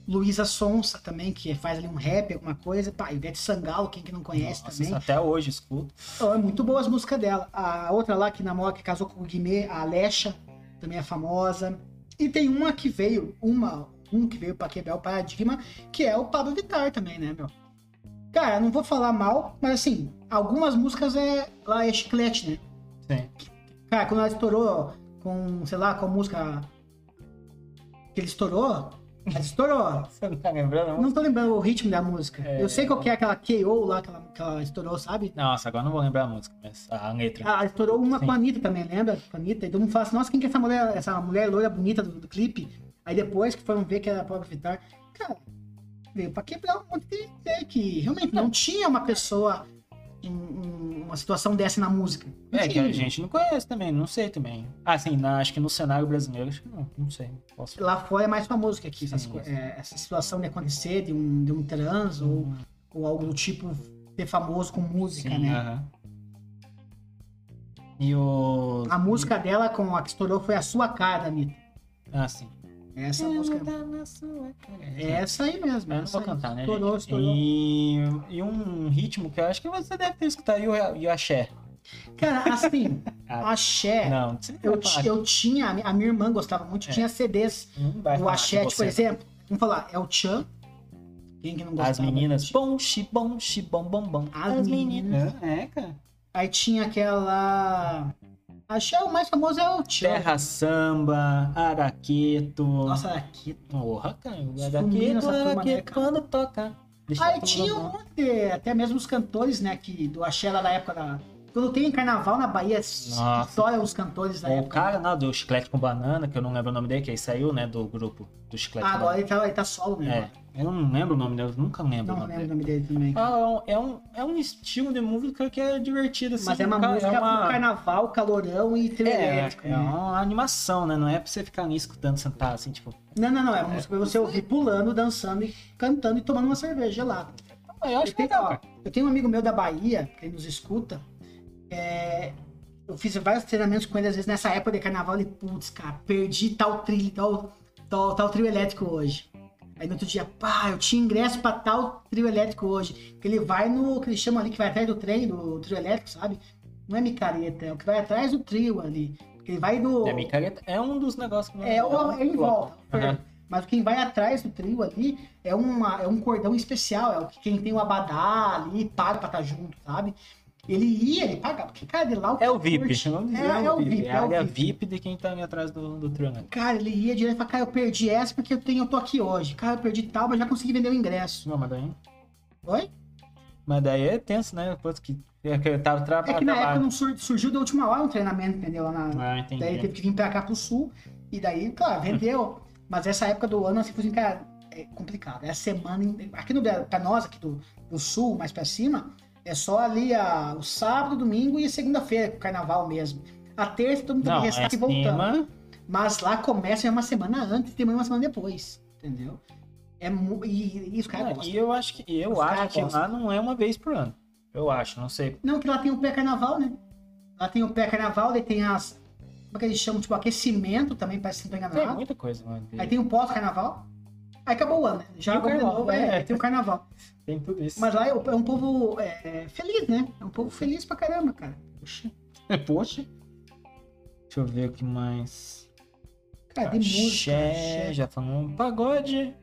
S1: Luísa Sonsa também, que faz ali um rap, alguma coisa. Pá, Ivete Sangalo, quem que não conhece
S2: Nossa,
S1: também.
S2: Até hoje escuto.
S1: Ó, é muito boa as músicas dela. A outra lá que namora, que casou com o Guimê, a Alexa, também é famosa. E tem uma que veio, uma, um que veio pra quebrar o paradigma, que é o Pablo Vittar também, né, meu? Cara, não vou falar mal, mas assim, algumas músicas é lá é chiclete, né?
S2: Sim.
S1: Cara, quando ela estourou com, sei lá, com a música que ele estourou, ela estourou.
S2: Você não tá lembrando?
S1: Não tô lembrando o ritmo da música.
S2: É.
S1: Eu sei qual que é aquela KO lá que ela, que ela estourou, sabe? Ah,
S2: Nossa, agora não vou lembrar a música, mas a letra.
S1: Ela estourou uma
S2: Sim.
S1: com a Anitta também, lembra? Com a Anitta. E todo mundo fala assim, nossa, quem que é essa mulher, essa mulher loira bonita do, do clipe? Aí depois que foram ver que era a própria Vittar, cara, veio pra quebrar um monte de ideia que realmente não, tinha uma pessoa, um- um- uma situação dessa na música. Não
S2: é, que
S1: tinha.
S2: a gente não conhece também, não sei também. Ah, sim, na- acho que no cenário brasileiro, acho que não, não sei. Posso
S1: Lá fora é mais famoso que aqui, essas
S2: Sim.
S1: co- é, essa situação de acontecer, de um, de um trans ou, ou algo do tipo ser famoso com música,
S2: Sim,
S1: né?
S2: assim, aham. E o.
S1: A música dela com a que estourou foi A Sua Cara, Anitta. É
S2: Ah, sim.
S1: Essa música
S2: Tá na sua cara.
S1: é essa aí mesmo.
S2: Eu não
S1: essa
S2: vou
S1: aí.
S2: cantar, né?
S1: Estourou,
S2: gente?
S1: estourou.
S2: E, e um ritmo que eu acho que você deve ter escutado, e o, e o axé.
S1: Cara, assim,
S2: Ah,
S1: axé,
S2: Não, você não
S1: eu,
S2: vai
S1: ti-
S2: falar.
S1: eu tinha, a mi- a minha irmã gostava muito,
S2: É.
S1: tinha CDs
S2: Não vai
S1: do
S2: falar
S1: axé,
S2: de
S1: tipo, por
S2: você.
S1: exemplo, vamos falar, é o Tchan, quem que não gostava?
S2: As meninas. Bom, xi, bom, xi, bom, bom, bom.
S1: um né? As
S2: É, cara.
S1: Aí tinha aquela... Axé, o mais famoso é o Tchan.
S2: Terra samba, araqueto.
S1: Nossa, aqui...
S2: Porra, cara.
S1: Sumiu
S2: Araqueto,
S1: nessa turma, né,
S2: araqueto,
S1: cara?
S2: quando toca. Deixa
S1: Aí
S2: tudo
S1: tinha um
S2: bom.
S1: monte, de- até mesmo os cantores, né, que do axé lá da época da... Quando tem carnaval na Bahia,
S2: Nossa.
S1: história os cantores da
S2: É, O
S1: época.
S2: cara lá do Chiclete com Banana, que eu não lembro o nome dele, que aí saiu, né, do grupo do Chiclete
S1: Ah,
S2: com
S1: agora ele tá, ele tá solo,
S2: Banana.
S1: né?
S2: né? É, eu não lembro o nome dele, eu nunca lembro
S1: Não
S2: o nome
S1: lembro o
S2: dele.
S1: nome dele também.
S2: Ah, é um- é, um, é um estilo de música que é divertido, assim.
S1: Mas é uma
S2: cara,
S1: música
S2: é uma...
S1: pro carnaval, calorão e trilha
S2: É,
S1: elétrica,
S2: é
S1: né?
S2: uma animação, né? Não é pra você ficar ali escutando, sentar assim, tipo...
S1: Não, não, não. É uma música pra você ouvir pulando, dançando e cantando e tomando uma cerveja gelada.
S2: Ah, eu acho
S1: Eu tenho,
S2: legal,
S1: ó,
S2: cara.
S1: eu tenho um amigo meu da Bahia, que ele nos escuta. é, eu fiz vários treinamentos com ele, às vezes nessa época de carnaval, ele, putz, cara, perdi tal trilho, tal, tal, tal trio elétrico hoje. Aí no outro dia, pá, eu tinha ingresso pra tal trio elétrico hoje. Que ele vai no que eles chamam ali, que vai atrás do trem, do trio elétrico, sabe? Não é micareta, é o que vai atrás do trio ali. Que ele vai do.
S2: É, micareta é um dos negócios que... não-
S1: É, o,
S2: Uhum.
S1: é em volta.
S2: Aham.
S1: Mas quem vai atrás do trio ali é, uma, é um cordão especial. É o que quem tem o abadá ali paga pra estar junto, sabe? Ele ia, ele pagava. Porque, cara, de lá
S2: É o VIP.
S1: curte.
S2: vamos dizer,
S1: É, é o VIP,
S2: É
S1: é
S2: a
S1: o
S2: área
S1: VIP.
S2: VIP de quem tá ali atrás do, do trio, né?
S1: Cara, ele ia direto e falava, cara, eu perdi essa porque eu, tenho, eu tô aqui hoje. Cara, eu perdi tal, mas já consegui vender o ingresso.
S2: Não, mas daí...
S1: Oi?
S2: Mas daí é tenso, né? Depois que... É que eu tava
S1: É
S2: trabalhando...
S1: que na época não sur- surgiu da última hora um treinamento, entendeu? Lá na,
S2: Ah, entendi.
S1: Daí ele teve que vir pra cá pro sul. E daí, claro, vendeu. Mas essa época do ano, assim, foi assim, cara, é complicado. É a semana. em- Aqui no Bra- pra nós, aqui do, do sul, mais pra cima, é só ali a, o sábado, domingo e segunda-feira, com o carnaval mesmo. A terça todo mundo tem
S2: Não,
S1: que
S2: é
S1: restar e voltando.
S2: cima...
S1: Mas lá começa já uma semana antes e termina uma semana depois. Entendeu? É mu- e, e os caras
S2: Não,
S1: gostam.
S2: e eu acho que, eu
S1: Os
S2: acho
S1: caras
S2: que
S1: gostam.
S2: lá não é uma vez por ano. Eu acho, não sei.
S1: Não, que lá tem o pré-carnaval, né? Lá tem o pré-carnaval, daí tem as. Como é que eles chamam? Tipo, aquecimento também, parece que não tô enganado.
S2: Tem muita coisa, mano.
S1: Aí tem um pós-carnaval. Aí acabou o ano, né? Já
S2: Tem o
S1: acabou de
S2: carnaval,
S1: novo, é,
S2: é.
S1: tem o carnaval.
S2: Tem tudo isso.
S1: Mas lá é o- é um povo é, feliz, né? É um povo feliz pra caramba, cara. Poxa.
S2: Poxa. Deixa eu ver o que mais.
S1: Cara, de Ah, música.
S2: Axé,
S1: axé.
S2: já falamos. Pagode.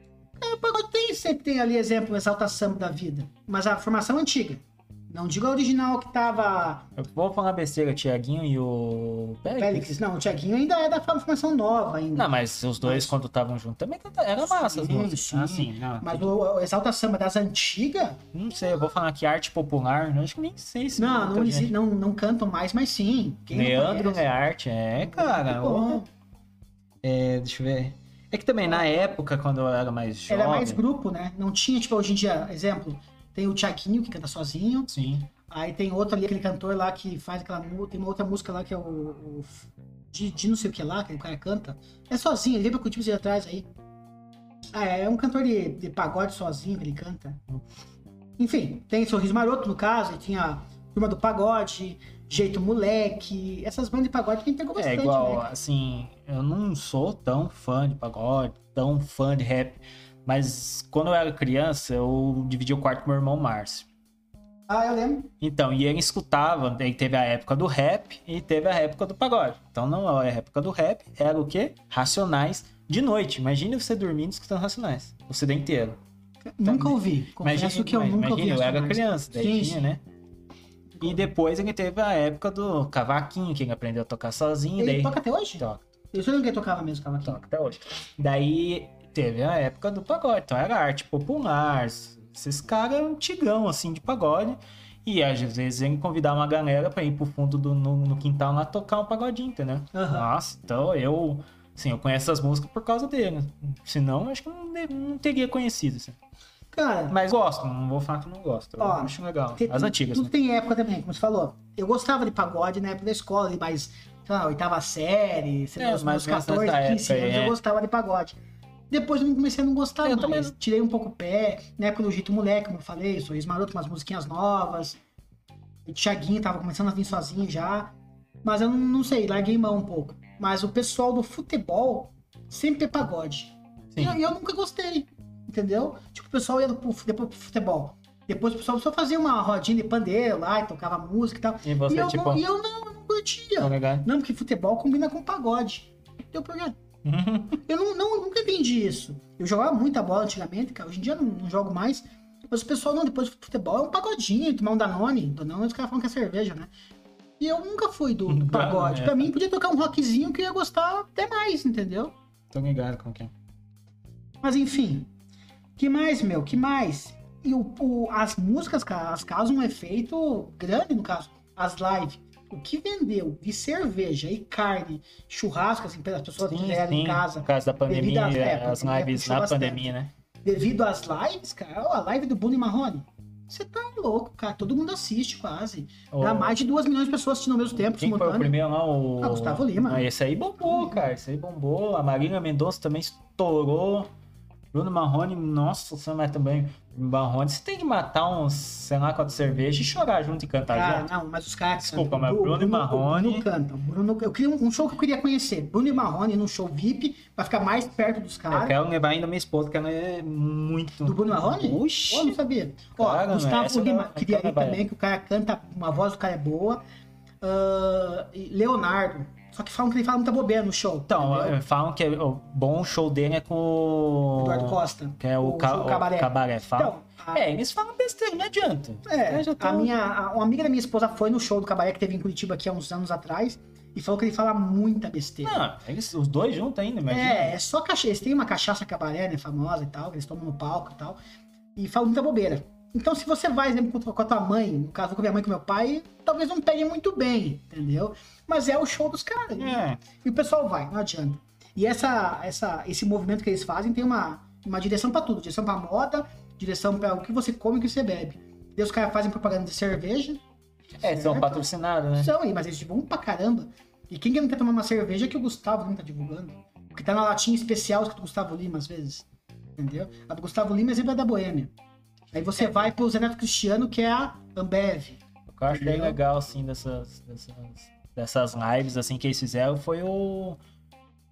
S1: É, pagode tem, sempre tem ali exemplo, Exalta Samba da vida. Mas a formação antiga. Não digo a original que tava
S2: Eu vou falar besteira, o Tiaguinho e o Péricles.
S1: Félix. Não, o Thiaguinho ainda é da formação nova ainda.
S2: Não, mas os dois, quando estavam juntos, também tanta- era massa. as
S1: Sim,
S2: músicas.
S1: sim.
S2: Ah, sim, não,
S1: Mas o, o Exalta Samba das antigas,
S2: não sei, eu vou falar que arte popular, eu acho que nem sei se...
S1: não,
S2: muita
S1: não,
S2: gente-
S1: exi- não, não cantam mais, mas sim. Quem não
S2: Leandro
S1: conhece?
S2: é arte, é, cara.
S1: Muito bom.
S2: É, deixa eu ver. É que também na época, quando eu era mais jovem.
S1: Era mais grupo, né? Não tinha, tipo, hoje em dia, exemplo, tem o Thiaguinho que canta sozinho,
S2: Sim.
S1: aí tem outro ali, aquele cantor lá que faz aquela música, tem uma outra música lá que é o, o F- de, de não sei o que lá, que o cara canta. É sozinho, ele lembra que o tipo de atrás aí. Ah, é, é um cantor de, de pagode sozinho que ele canta. Enfim, tem Sorriso Maroto no caso, e tinha Turma do Pagode, Jeito Moleque, essas bandas de pagode que a gente pegou
S2: É
S1: bastante,
S2: igual,
S1: né?
S2: assim, eu não sou tão fã de pagode, tão fã de rap, mas quando eu era criança, eu dividi o quarto com meu irmão Márcio.
S1: Ah, eu lembro.
S2: Então, e ele escutava, daí teve a época do rap e teve a época do pagode. Então, não era a época do rap, era o quê? Racionais de noite. Imagine você dormindo escutando Racionais, você dia inteiro.
S1: Nunca ouvi. Confesso
S2: Imagina-
S1: que eu
S2: imagina,
S1: nunca ouvi.
S2: Eu
S1: essa
S2: era
S1: música.
S2: criança, daí
S1: Sim,
S2: tinha,
S1: sim.
S2: né? E depois ele teve a época do cavaquinho, que ele aprendeu a tocar sozinho.
S1: Ele
S2: daí...
S1: toca até hoje?
S2: Toca.
S1: Eu só lembro que ele tocava mesmo, tocava aqui.
S2: toca até hoje. Daí teve a época do pagode, então era arte popular, esses caras antigão assim de pagode. E às vezes ele convidar uma galera pra ir pro fundo do no, no quintal lá tocar um pagodinho, entendeu?
S1: Aham.
S2: Nossa, então eu. Assim, eu conheço as músicas por causa dele. Senão, eu acho que eu não, de- não teria conhecido. assim.
S1: Cara,
S2: Mas gosto, não vou falar que não gosto. Eu
S1: Ó,
S2: acho legal.
S1: tem-
S2: As antigas,
S1: tudo
S2: né?
S1: tem época também, como você falou. Eu gostava de pagode na época da escola, ali, mas, sei lá, oitava série, sei lá,
S2: É,
S1: os
S2: mais
S1: meus
S2: ou menos
S1: 14,
S2: nessa
S1: 15
S2: época,
S1: anos,
S2: é.
S1: eu gostava de pagode. Depois eu comecei a não gostar
S2: Eu
S1: mais.
S2: também não.
S1: Tirei um pouco o pé, na época do Jeito Moleque, como eu falei, Sorriso Maroto, umas musiquinhas novas. O Thiaguinho tava começando a vir sozinho já. Mas eu não, não sei, larguei mão um pouco. Mas o pessoal do futebol sempre é pagode. E
S2: Sim.
S1: eu, eu nunca gostei, entendeu? Tipo, o pessoal ia pro, depois pro futebol. Depois o pessoal só fazia uma rodinha de pandeiro lá e tocava música e tal.
S2: E você,
S1: e eu,
S2: tipo,
S1: não, e eu não, eu não curtia.
S2: tá legal?
S1: Não, porque futebol combina com pagode. Então, Deu problema. "Ah, Eu não, não- nunca entendi isso. Eu jogava muita bola antigamente, cara. Hoje em dia eu não, não jogo mais. Mas o pessoal, não, depois do futebol é um pagodinho, tomar um Danone. Danone os caras falam que é cerveja, né? E eu nunca fui do, do pagode.
S2: É.
S1: Pra mim, podia tocar um rockzinho que eu ia gostar até mais, entendeu?
S2: Tô ligado com quem.
S1: Mas enfim. Que mais, meu? Que mais? E o, o- as músicas, cara, elas causam um efeito grande, no caso. As lives. O que vendeu de cerveja e carne, churrasco, assim, para as pessoas
S2: Sim,
S1: tiverem
S2: sim,
S1: em casa,
S2: Por causa da pandemia,
S1: às épocas,
S2: as
S1: né?
S2: lives
S1: Puxou
S2: na
S1: bastante.
S2: pandemia, né?
S1: devido às lives, cara, ó, a live do Bruno e Marrone. Você tá louco, cara. Todo mundo assiste quase. Dá
S2: O-
S1: mais de 2 milhões de pessoas assistindo ao mesmo tempo,
S2: Quem foi o
S1: simultâneo.
S2: primeiro lá? O...
S1: Ah, Gustavo Lima.
S2: Ah, esse aí bombou, cara. Esse aí bombou. A Marília Mendonça também estourou. Bruno Marrone, nossa, você vai também. Marrone, você tem que matar uns, sei lá, quatro cervejas e chorar junto e cantar
S1: Cara,
S2: junto.
S1: não, mas os caras. cantam.
S2: Desculpa, mas
S1: O
S2: Bruno e Marrone-
S1: O Bruno canta. O Bruno, eu queria um, um show que eu queria conhecer. Bruno e Marrone num show VIP, pra ficar mais perto dos
S2: Eu
S1: caras.
S2: quero levar ainda minha esposa, que ela é muito.
S1: Do Bruno Marrone?
S2: Oxi.
S1: Pô, não sabia.
S2: Cara,
S1: Ó,
S2: não, essa é
S1: Gustavo
S2: eu
S1: Lima,
S2: não-
S1: queria
S2: nunca
S1: ir
S2: vai.
S1: também, que o cara canta, uma voz do cara é boa. Ah, e Leonardo. Só que falam que ele fala muita bobeira no show.
S2: Então,
S1: entendeu?
S2: eh, falam que o bom show dele é com o.
S1: Eduardo Costa.
S2: Que é o, ca...
S1: show
S2: o cabaré. Fala.
S1: Então, a,
S2: É, eles falam besteira, não adianta.
S1: é,
S2: Eu já tá- tô-
S1: a minha, a- uma amiga da minha esposa foi no show do cabaré que teve em Curitiba aqui há uns anos atrás e falou que ele fala muita besteira.
S2: Não, eles, os dois juntos ainda, imagina.
S1: É, é só cachaça. Eles têm uma cachaça cabaré, né? Famosa e tal, que eles tomam no palco e tal. E falam muita bobeira. Então, se você vai, exemplo, com, com a tua mãe, no caso com a minha mãe e com meu pai, talvez não pegue muito bem, entendeu? Mas é o show dos caras. né?
S2: É,
S1: E o pessoal vai, não adianta. E essa, essa, esse movimento que eles fazem tem uma, uma direção pra tudo: direção pra moda, direção pra o que você come e o que você bebe. E os caras fazem propaganda de cerveja.
S2: é são
S1: certo?
S2: patrocinados, né?
S1: São aí, mas eles divulgam pra caramba. E quem que não quer tomar uma cerveja que o Gustavo não tá divulgando? Porque tá na latinha especial escrito Gustavo Lima, às vezes. Entendeu? A do Gustavo Lima é sempre a da Boêmia. Aí você vai pro Zé Neto Cristiano, que é a Ambev.
S2: O que eu acho bem
S1: Entendeu?
S2: legal, assim, dessas, dessas, dessas lives, assim, que eles fizeram foi o...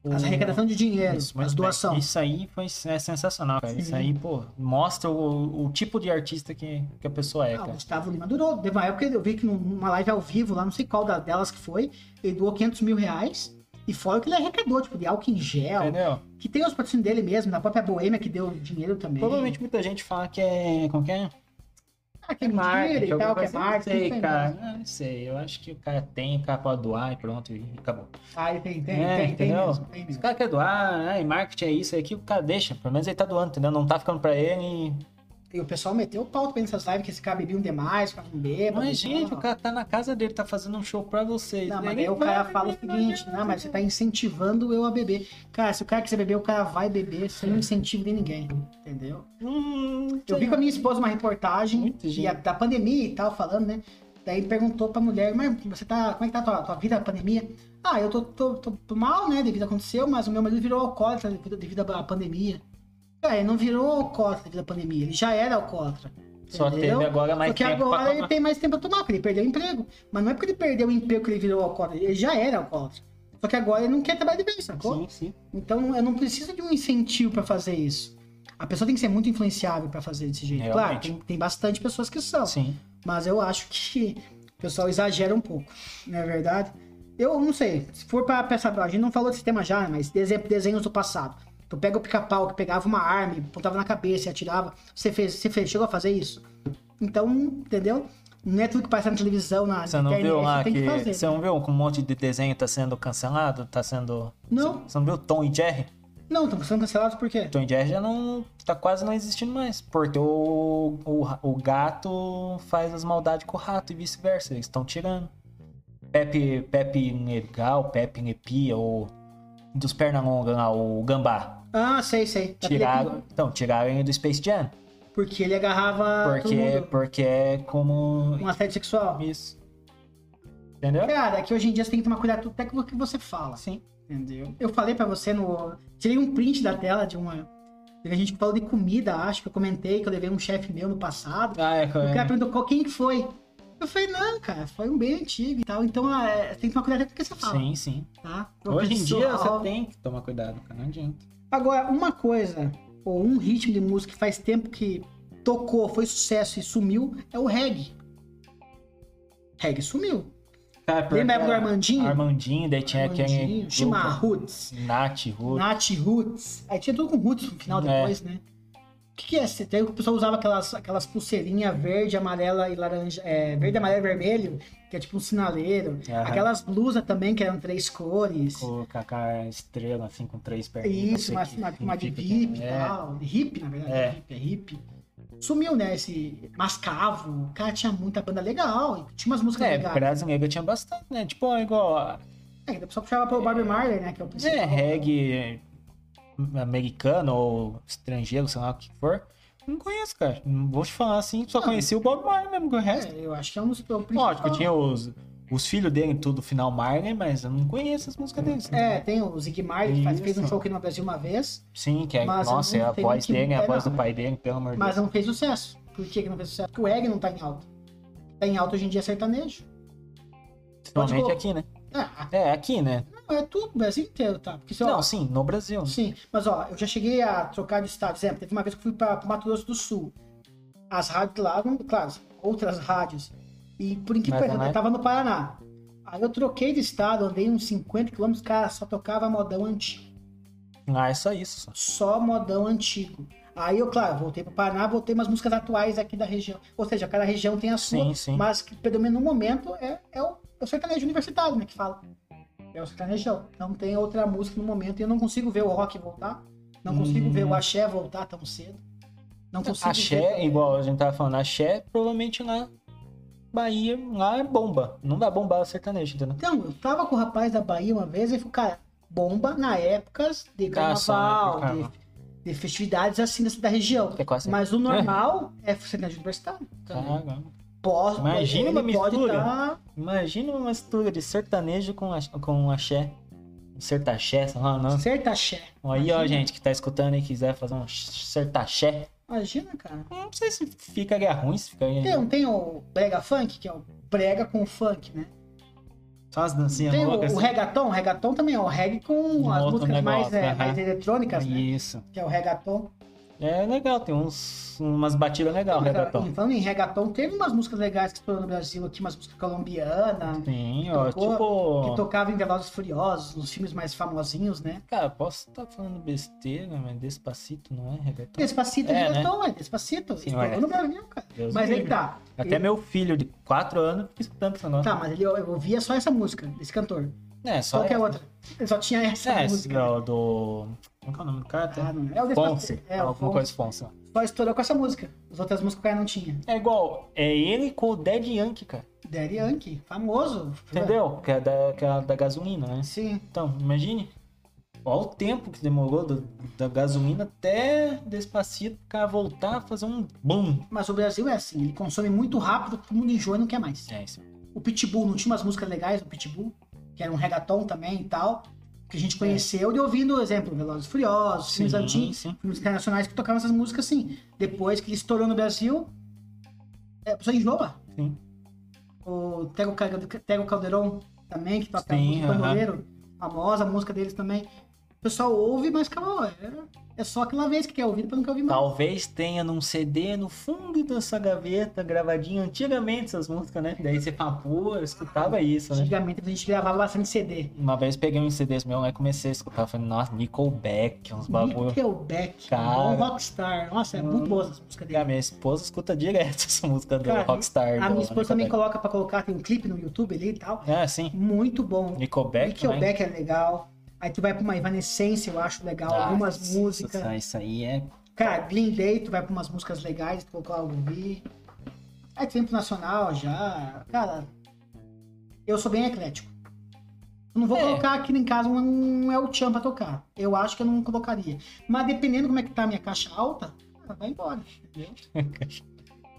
S2: o-
S1: As arrecadação de dinheiro,
S2: Isso, muito
S1: as Uhum.
S2: bem.
S1: doações.
S2: Isso aí foi é sensacional, cara. Isso
S1: Sim.
S2: aí, pô, mostra o, o tipo de artista que, que a pessoa é,
S1: Ah, o
S2: cara.
S1: Gustavo Lima durou. Teve uma época que eu vi que num- numa live ao vivo, lá, não sei qual da- delas que foi, ele doou 500 mil reais. E fora o que ele arrecadou, tipo, de álcool em gel,
S2: Entendeu?
S1: que tem os patrocínios dele mesmo, na própria Boêmia que deu dinheiro também.
S2: Provavelmente muita gente fala que é. Como que é?
S1: Ah, que é dinheiro e tal, que é
S2: Não
S1: marketing.
S2: sei,
S1: tem
S2: cara.
S1: mesmo.
S2: né? Ah, Não sei. Eu acho que o cara tem, o cara pode doar e pronto, e acabou.
S1: Ah, ele tem, tem,
S2: É,
S1: tem, tem
S2: entendeu?
S1: mesmo, tem
S2: Se o
S1: mesmo.
S2: cara quer doar, né? E marketing é isso, é aquilo, o cara deixa. Pelo menos ele tá doando, entendeu? Não tá ficando pra ele.
S1: E o pessoal meteu o pau também nessas lives que esse cara bebiam demais, ficava um bêbado. e
S2: Mas, gente,
S1: tal.
S2: o cara tá na casa dele, tá fazendo um show pra vocês.
S1: Não,
S2: né?
S1: mas
S2: Ele
S1: daí o cara
S2: vai, assim.
S1: fala o
S2: ele
S1: seguinte,
S2: vai,
S1: não, mas você tá incentivando eu a beber. Cara, se o cara quiser beber, o cara vai beber sem o incentivo de ninguém, entendeu?
S2: Hum,
S1: Eu vi com a minha esposa uma reportagem
S2: Muita
S1: e
S2: gente.
S1: a- da pandemia e tal, falando, né? Daí perguntou pra mulher, mas você tá. Como é que tá a tua, tua vida na pandemia? Ah, eu tô, tô- tô- tô mal, né? Devido ao que aconteceu, mas o meu marido virou alcoólatra devido, devido à pandemia. Cara, ele não virou alcoólatra devido à pandemia, ele já era alcoólatra.
S2: Só
S1: entendeu?
S2: teve agora mais
S1: Porque
S2: tempo
S1: agora
S2: pra
S1: ele
S2: tomar.
S1: tem mais tempo pra tomar, porque ele perdeu o emprego. Mas não é porque ele perdeu o emprego que ele virou alcoólatra, ele já era alcoólatra. Só que agora ele não quer trabalhar de vez, sacou?
S2: Sim, sim.
S1: Então eu não preciso de um incentivo pra fazer isso. A pessoa tem que ser muito influenciável pra fazer desse jeito. Claro,
S2: Realmente.
S1: tem, tem bastante pessoas que são,
S2: Sim.
S1: mas eu acho que o pessoal exagera um pouco, não é verdade? Eu não sei, se for pra pensar, a gente não falou desse tema já, né, mas dese- desenhos do passado. Tu pega o pica-pau que pegava uma arma, e apontava na cabeça e atirava. Você fez, você fez, chegou a fazer isso? Então, entendeu? Não é tudo que passa na televisão, na
S2: Você não viu lá
S1: tem é que
S2: que.
S1: fazer.
S2: Você não viu que um monte de desenho tá sendo cancelado? Tá sendo.
S1: Não.
S2: Você não viu Tom e Jerry?
S1: Não, estão sendo cancelados por quê?
S2: Tom e Jerry já não. tá quase não existindo mais. Porque o, o, ra- o gato faz as maldades com o rato e vice-versa. Eles estão tirando. Pepe. Pepe Negal, Pepe Nepia, ou. Dos Pernalonga lá, o Gambá.
S1: Ah, sei, sei. Daquele-
S2: Tiraram. Então, tiraram ele do Space Jam.
S1: Porque ele agarrava Ah, todo
S2: Porque,
S1: mundo.
S2: porque é como.
S1: Um assédio sexual.
S2: Isso. Entendeu?
S1: Cara, é que hoje em dia você tem que tomar cuidado até com o que você fala.
S2: Sim.
S1: Entendeu? Eu falei pra você no. Tirei um print da tela de uma. A gente que falou de comida, acho que eu comentei que eu levei um chefe meu no passado.
S2: Ah, é,
S1: O cara
S2: é.
S1: perguntou qual quem que foi. Eu falei, não, cara, foi um bem antigo e tal. Então é, tem que tomar cuidado até com o que você fala.
S2: Sim, sim.
S1: Tá?
S2: Hoje em dia
S1: Pessoal,
S2: você tem que tomar cuidado, cara. Não adianta.
S1: Agora, uma coisa, ou um ritmo de música que faz tempo que tocou, foi sucesso e sumiu, é o reggae. Reggae sumiu.
S2: Cara,
S1: Lembra a época
S2: pior que
S1: do
S2: era
S1: Armandinho?
S2: É, Armandinho, é, daí tinha aquele.
S1: Armandinho,
S2: grupo,
S1: Chima Roots,
S2: Nath, Ruth.
S1: Nath Roots. Aí tinha tudo com Roots no final
S2: É.
S1: depois, né? O que, que é esse? Tem- O pessoal usava aquelas, aquelas pulseirinhas verde, amarela e laranja. é, verde, amarelo e vermelho, que é tipo um sinaleiro.
S2: Aham.
S1: Aquelas blusas também, que eram três cores.
S2: Com com a estrela, assim, com três perninhas.
S1: É Isso,
S2: não
S1: uma,
S2: sei o que
S1: uma, uma de
S2: significa,
S1: VIP e
S2: né?
S1: tal. tá Hip, na verdade.
S2: É.
S1: Hip, é hip. Sumiu, né? Esse Mascavo. O cara tinha muita banda legal. e Tinha umas músicas
S2: É,
S1: legais.
S2: brasileiro tinha bastante, né? Tipo, ó, igual.
S1: É, o pessoal puxava pro Bobby Marley, né? Que é o principal.
S2: É, reggae americano ou estrangeiro, sei lá o que for. Não conheço, cara. Não vou te falar assim, só
S1: Não.
S2: conheci o Bob Marley mesmo, que o resto.
S1: É, eu acho que é um dos é o principal.
S2: Lógico, tinha os, os filhos dele, tudo final Marley, mas eu não conheço as músicas deles.
S1: É, tem o Zig Marley, que faz- fez um
S2: né? Isso.
S1: show aqui no Brasil uma vez,
S2: Sim, que é,
S1: Mas eu
S2: nossa,
S1: não
S2: é a
S1: sei
S2: voz
S1: que-
S2: dele, é a
S1: é,
S2: voz
S1: não.
S2: do pai dele, pelo amor de
S1: mas
S2: Deus.
S1: não fez sucesso. Por que, que não fez sucesso? Porque o reggae não tá em alta. Tá em alta hoje em dia é sertanejo. pode
S2: Principalmente
S1: colocar.
S2: aqui, né?
S1: Ah,
S2: É, aqui, né?
S1: não, é tudo, o Brasil inteiro, tá? Porque, ó,
S2: Não, sim, no Brasil. né?
S1: Sim, mas ó, eu já cheguei a trocar de estado. Exemplo, teve uma vez que eu fui para Mato Grosso do Sul. As rádios lá, não- claro, outras rádios. E por incrível que pareça,
S2: Mas é
S1: eu
S2: mais-
S1: tava no Paraná. Aí eu troquei de estado, andei uns 50 quilômetros, cara, só tocava modão antigo.
S2: Ah, é só isso. só.
S1: Só modão antigo. Aí eu, claro, voltei pro Paraná, voltei umas músicas atuais aqui da região. Ou seja, cada região tem a sua,
S2: Sim, sim.
S1: mas que predomina no momento é, é, o, é o sertanejo universitário, né, que fala. É o sertanejão. Não tem outra música no momento e eu não consigo ver o rock voltar. Não consigo
S2: Hum.
S1: ver o axé voltar tão cedo. Não consigo
S2: Então, Axé, é
S1: ver...
S2: igual a gente tava falando, axé, provavelmente lá, Bahia, lá é bomba. Não vai bombar o sertanejo, entendeu?
S1: Então, eu tava com o rapaz da Bahia uma vez e falou, cara, bomba na época de
S2: Ah, só na
S1: carnaval,
S2: época do
S1: de, de festividades assim dessa- da região.
S2: É quase
S1: Mas o normal é sertanejo universitário.
S2: Caraca.
S1: Pós,
S2: Imagina
S1: ele
S2: uma
S1: pode
S2: mistura.
S1: tá-
S2: Imagina uma mistura de sertanejo com, ax- com axé. Sertaxé, sei lá, não.
S1: Sertaxé.
S2: Aí, ó,
S1: Imagina.
S2: gente que tá escutando e quiser fazer um sertaxé.
S1: Imagina, cara.
S2: Não sei se ficaria ruim, se ficaria.
S1: Tem, um, tem o brega funk, que é o brega com funk, né?
S2: Só as dancinhas
S1: Tem o,
S2: loucas.
S1: o reggaeton, o reggaeton também é o reggae com
S2: assim. Um
S1: as
S2: outro
S1: músicas mais,
S2: negócio,
S1: é,
S2: aham.
S1: mais eletrônicas, né?
S2: Isso.
S1: Que é o reggaeton.
S2: É legal, tem uns, umas batidas
S1: Cara,
S2: legais, É um reggaeton.
S1: e Falando em reggaeton, teve umas músicas legais que estourou no Brasil aqui, umas músicas colombianas,
S2: Tem, ó,
S1: tocou- Então, que
S2: tipo...
S1: tocavam em Velozes e Furiosos, nos filmes mais famosinhos, né?
S2: Cara, posso estar falando besteira, mas Despacito não é reggaeton.
S1: Despacito é,
S2: É, né?
S1: reggaeton, é Despacito.
S2: Sim,
S1: estourou
S2: olha.
S1: no Brasil, cara.
S2: Deus
S1: mas
S2: me
S1: aí
S2: livre.
S1: tá.
S2: Até
S1: ele,
S2: meu filho de 4 anos fica escutando essa nossa.
S1: Tá, mas ele, eu eu ouvia só essa música, desse cantor.
S2: É, só
S1: Qual que é a
S2: essa.
S1: outra? Ele só tinha essa
S2: É, esse
S1: música.
S2: do, do... Como que é o nome do cara?
S1: Ah, não. É o
S2: Fonse.
S1: Despacito. É, o
S2: alguma
S1: Fonse.
S2: coisa Fonse.
S1: Só estourou com essa música. As outras músicas o cara não tinha.
S2: É igual, é ele com o Dead Yankee, cara.
S1: Daddy Yankee, famoso.
S2: Entendeu? Que é da, que é da gasolina, né?
S1: Sim.
S2: Então, imagine. Olha o tempo que demorou do- da gasolina até Despacito pra voltar a fazer um boom.
S1: Mas o Brasil é assim, ele consome muito rápido, todo mundo enjoa e não quer mais.
S2: É isso.
S1: O Pitbull, não tinha umas músicas legais do Pitbull? Que era um reggaeton também e tal. Que a gente conheceu de ouvindo, exemplo, Velozes e Furiosos, filmes antigos.
S2: É. sim.
S1: filmes internacionais que tocavam essas músicas assim. Depois que ele estourou no Brasil, é, a pessoa enjoa.
S2: Sim.
S1: O Tego, Calde- Tego Calderon também, que toca
S2: Sim,
S1: música
S2: aham.
S1: do Bandoleiro, famosa a música deles também. O pessoal ouve, mas acabou. É, é só aquela vez que quer ouvir, depois não quer ouvir mais.
S2: Talvez tenha num CD no fundo da sua gaveta, gravadinho antigamente essas músicas, né? Daí você fala, pô, eu escutava isso, né?
S1: Antigamente a gente gravava bastante CD.
S2: Uma vez peguei uns CDs meu lá e comecei a escutar. Falei, nossa, Nickelback, uns bagulho.
S1: Nickelback,
S2: Cara.
S1: um rockstar. Nossa, é muito
S2: Hum.
S1: boa essa música
S2: A
S1: dele.
S2: minha esposa escuta direto essa música do
S1: Cara,
S2: Rockstar.
S1: A
S2: do
S1: minha esposa também
S2: Nickelback.
S1: coloca pra colocar, tem um clipe no YouTube ali e tal.
S2: É, sim. né?
S1: Muito bom.
S2: Nickelback, também.
S1: Nickelback é legal. Aí tu vai pra uma Evanescence, eu acho legal.
S2: Ah,
S1: Algumas
S2: isso-
S1: músicas.
S2: Isso aí é
S1: Cara, Green Day, tu vai pra umas músicas legais, tu colocar ouvir. Aí tu vem pro Nacional já. Cara, eu sou bem eclético. Eu não vou
S2: É.
S1: colocar aqui em casa um, um El Chan pra tocar. Eu acho que eu não colocaria. Mas dependendo como é que tá a minha caixa alta, cara, vai embora. Entendeu?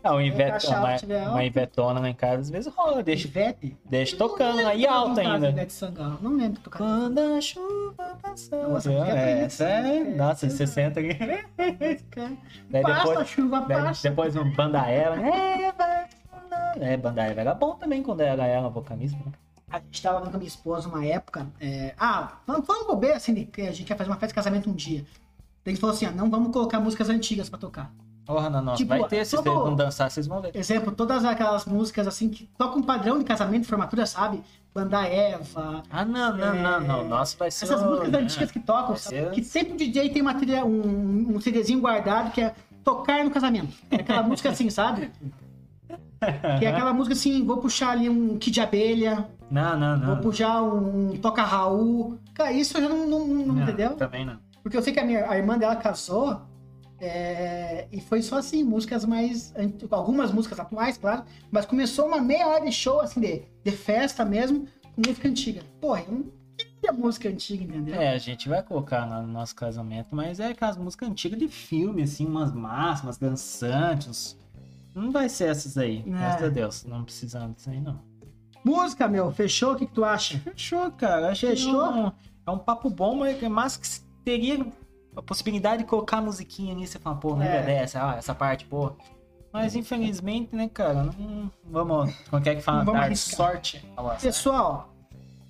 S2: Ah, o Ivete,
S1: Caixa alta,
S2: uma,
S1: tiver
S2: uma
S1: alta.
S2: Ivetona lá em casa, às vezes rola, deixa,
S1: Ivete.
S2: deixa tocando lá e alta ainda.
S1: Ivete Sangalo. Não lembro de tocar.
S2: Quando a chuva passou.
S1: Nossa,
S2: viu?
S1: que
S2: é,
S1: isso,
S2: essa é.
S1: né?
S2: Nossa,
S1: Essa-
S2: 60 aqui. Daí
S1: Passa,
S2: depois,
S1: chuva,
S2: daí
S1: passa.
S2: depois um Banda Ela. É, vai, não. é, Banda Ela era bom também quando é era ela vocalista. né?
S1: A gente tava falando com a minha esposa uma época. é, ah, falando, falando bobeira, assim, de que a gente ia fazer uma festa de casamento um dia. Daí a gente falou assim: ah, não vamos colocar músicas antigas pra tocar.
S2: Porra, não, não.
S1: Tipo,
S2: vai ter, se vocês
S1: como-
S2: não dançar, vocês vão ver.
S1: Exemplo, todas aquelas músicas assim que tocam padrão de casamento, formatura, sabe? Banda Eva.
S2: Ah, não, não, não, não. Nossa, vai ser.
S1: Essas músicas
S2: né?
S1: antigas que tocam,
S2: vai ser-
S1: sabe? que sempre o DJ tem uma trilha, um, um CDzinho guardado que é tocar no casamento. É aquela música assim, sabe? Que é aquela música assim, vou puxar ali um Kid de Abelha,
S2: Não, não, não.
S1: vou puxar um Toca Raul. Cara, isso eu já não, não- não-
S2: não,
S1: entendeu?
S2: Também não.
S1: Porque eu sei que a minha a irmã dela casou é, e foi só assim, músicas mais. anti- Algumas músicas atuais, claro, mas começou uma meia hora de show, assim, de, de festa mesmo, com música antiga. Porra, eu não queria música antiga, entendeu?
S2: É, a gente vai colocar lá no nosso casamento, mas é aquelas músicas antigas de filme, assim, umas máximas, dançantes. Não vai ser essas aí,
S1: É.
S2: graças a Deus. Não precisamos disso aí, não.
S1: Música, meu, fechou? O que, que tu acha?
S2: Fechou, cara. Acho
S1: Fechou?
S2: Que é, um, é um papo bom, mas, mas que se teria a possibilidade de colocar a musiquinha nisso. Você fala, pô, não
S1: É.
S2: é dessa, ah, essa parte, pô. Mas infelizmente, né, cara, não vamos. Como é que fala?
S1: Não vamos
S2: Dar
S1: arriscar.
S2: sorte. Fala,
S1: Pessoal,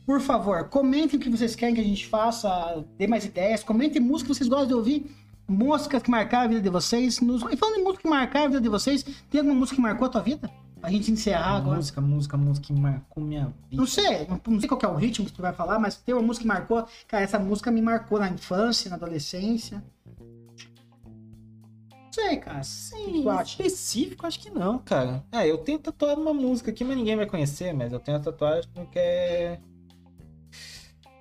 S1: por favor, comentem o que vocês querem que a gente faça, dê mais ideias, comentem música que vocês gostam de ouvir, músicas que marcaram a vida de vocês. Nos... E falando em música que marcaram a vida de vocês, tem alguma música que marcou a tua vida? Pra gente encerrar agora.
S2: música, música, música que marcou minha vida.
S1: Não sei, não não sei qual que é o ritmo que tu vai falar, mas tem uma música que marcou. Cara, essa música me marcou na infância, na adolescência. Não sei, cara.
S2: Sim,
S1: Tu acha?
S2: específico acho que não, cara. É, eu tenho tatuado uma música aqui, mas ninguém vai conhecer, mas eu tenho a tatuagem que é...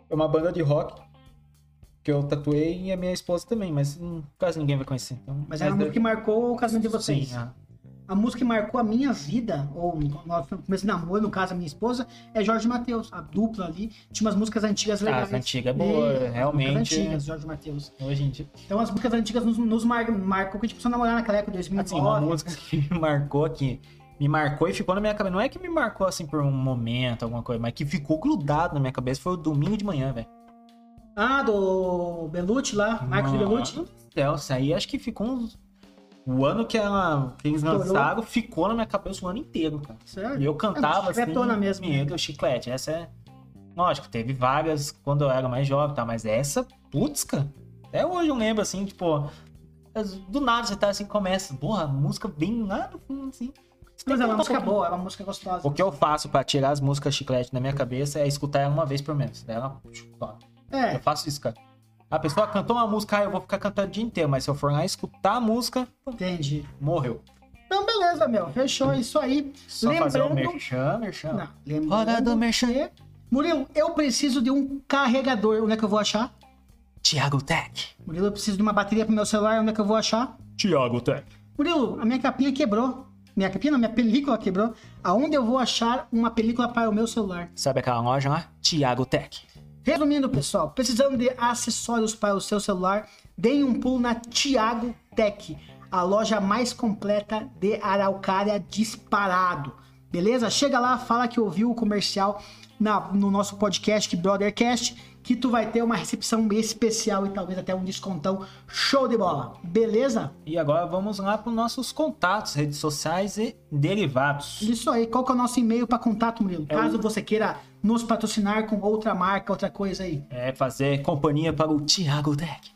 S2: É uma banda de rock que eu tatuei e a minha esposa também, mas hum, quase ninguém vai conhecer. Então,
S1: Mas era uma
S2: deve-
S1: música que marcou o casamento de vocês.
S2: Sim, ah,
S1: A música que marcou a minha vida, ou no nosso começo de namoro, no caso, a minha esposa, é Jorge Matheus. A dupla ali tinha umas músicas antigas
S2: Ah,
S1: legais.
S2: as antigas é boa,
S1: Isso, as
S2: realmente.
S1: músicas antigas, Jorge Matheus.
S2: Hoje em dia.
S1: Então as músicas antigas nos, nos mar- marcou que a gente começou a namorar naquela época, 2009.
S2: Assim, uma música que me marcou aqui. Me marcou e ficou na minha cabeça. Não é que me marcou assim por um momento, alguma coisa, mas que ficou grudado na minha cabeça foi o domingo de manhã, velho.
S1: Ah, do Belucci lá, Marcos
S2: Mano
S1: Belucci.
S2: do céu, isso aí acho que ficou uns. O ano que, ela, que eles
S1: Estourou.
S2: lançaram ficou na minha cabeça o ano inteiro, cara.
S1: Sério?
S2: E eu cantava
S1: É,
S2: assim.
S1: chicletona mesmo, né?
S2: Meu Deus, chiclete. Essa é. Lógico, teve várias quando eu era mais jovem, tá? Mas essa, putz, cara. Até hoje eu lembro assim, tipo. do nada você tá assim, começa. Porra, música bem lá do fundo, assim. Você tem
S1: Mas
S2: que
S1: é uma
S2: botar
S1: música
S2: um
S1: boa, é uma música gostosa.
S2: O que eu faço pra tirar as músicas chiclete da minha cabeça é escutar ela uma vez por mês. Daí ela puxa, toca. Eu
S1: É,
S2: faço isso, cara. A pessoa cantou uma música, ah, eu vou ficar cantando o dia inteiro, mas se eu for lá escutar a música,
S1: entendi.
S2: morreu.
S1: Então, beleza, meu. Fechou é isso aí.
S2: Só fazer o
S1: Lembrando-
S2: merchan, merchan.
S1: Não, lembrando
S2: Hora do merchan.
S1: que- Murilo, eu preciso de um carregador. Onde é que eu vou achar?
S2: Tiago Tech.
S1: Murilo, eu preciso de uma bateria pro meu celular. Onde é que eu vou achar?
S2: Tiago Tech.
S1: Murilo, a minha capinha quebrou. Minha capinha não, minha película quebrou. Aonde eu vou achar uma película para o meu celular?
S2: Sabe aquela loja lá? Tiago Tech.
S1: Resumindo, pessoal, precisando de acessórios para o seu celular, deem um pulo na Tiago Tech, a loja mais completa de araucária disparado. Beleza? Chega lá, fala que ouviu o comercial na- no nosso podcast, que Brothercast, que tu vai ter uma recepção especial e talvez até um descontão show de bola. Beleza?
S2: E agora vamos lá para os nossos contatos, redes sociais e derivados.
S1: Isso aí. Qual que é o nosso e-mail para contato, Murilo?
S2: É o-
S1: Caso você queira nos patrocinar com outra marca, outra coisa aí.
S2: É fazer companhia para o Tiago Tech.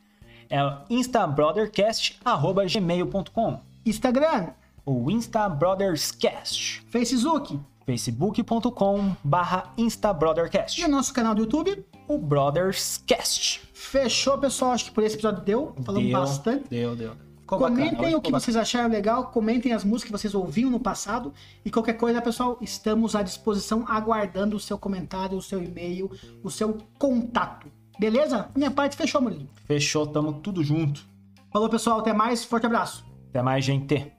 S2: É o instabrothercast.gmail.com
S1: Instagram,
S2: ou instabrotherscast.
S1: Facebook
S2: facebook.com barra
S1: e o
S2: instabrothercast.
S1: nosso canal do YouTube.
S2: O brotherscast.
S1: Fechou, pessoal. Acho que por esse episódio deu. Falamos
S2: Deu,
S1: bastante.
S2: Deu, deu. Ficou
S1: Comentem
S2: bacana, hoje
S1: o que
S2: ficou
S1: vocês acharam legal, comentem as músicas que vocês ouviram no passado e qualquer coisa, pessoal, estamos à disposição aguardando o seu comentário, o seu e-mail, o seu contato. Beleza? Minha parte fechou, Murilo.
S2: bacana. Fechou, tamo tudo junto.
S1: Falou, pessoal, até mais, forte abraço.
S2: Até mais, gente.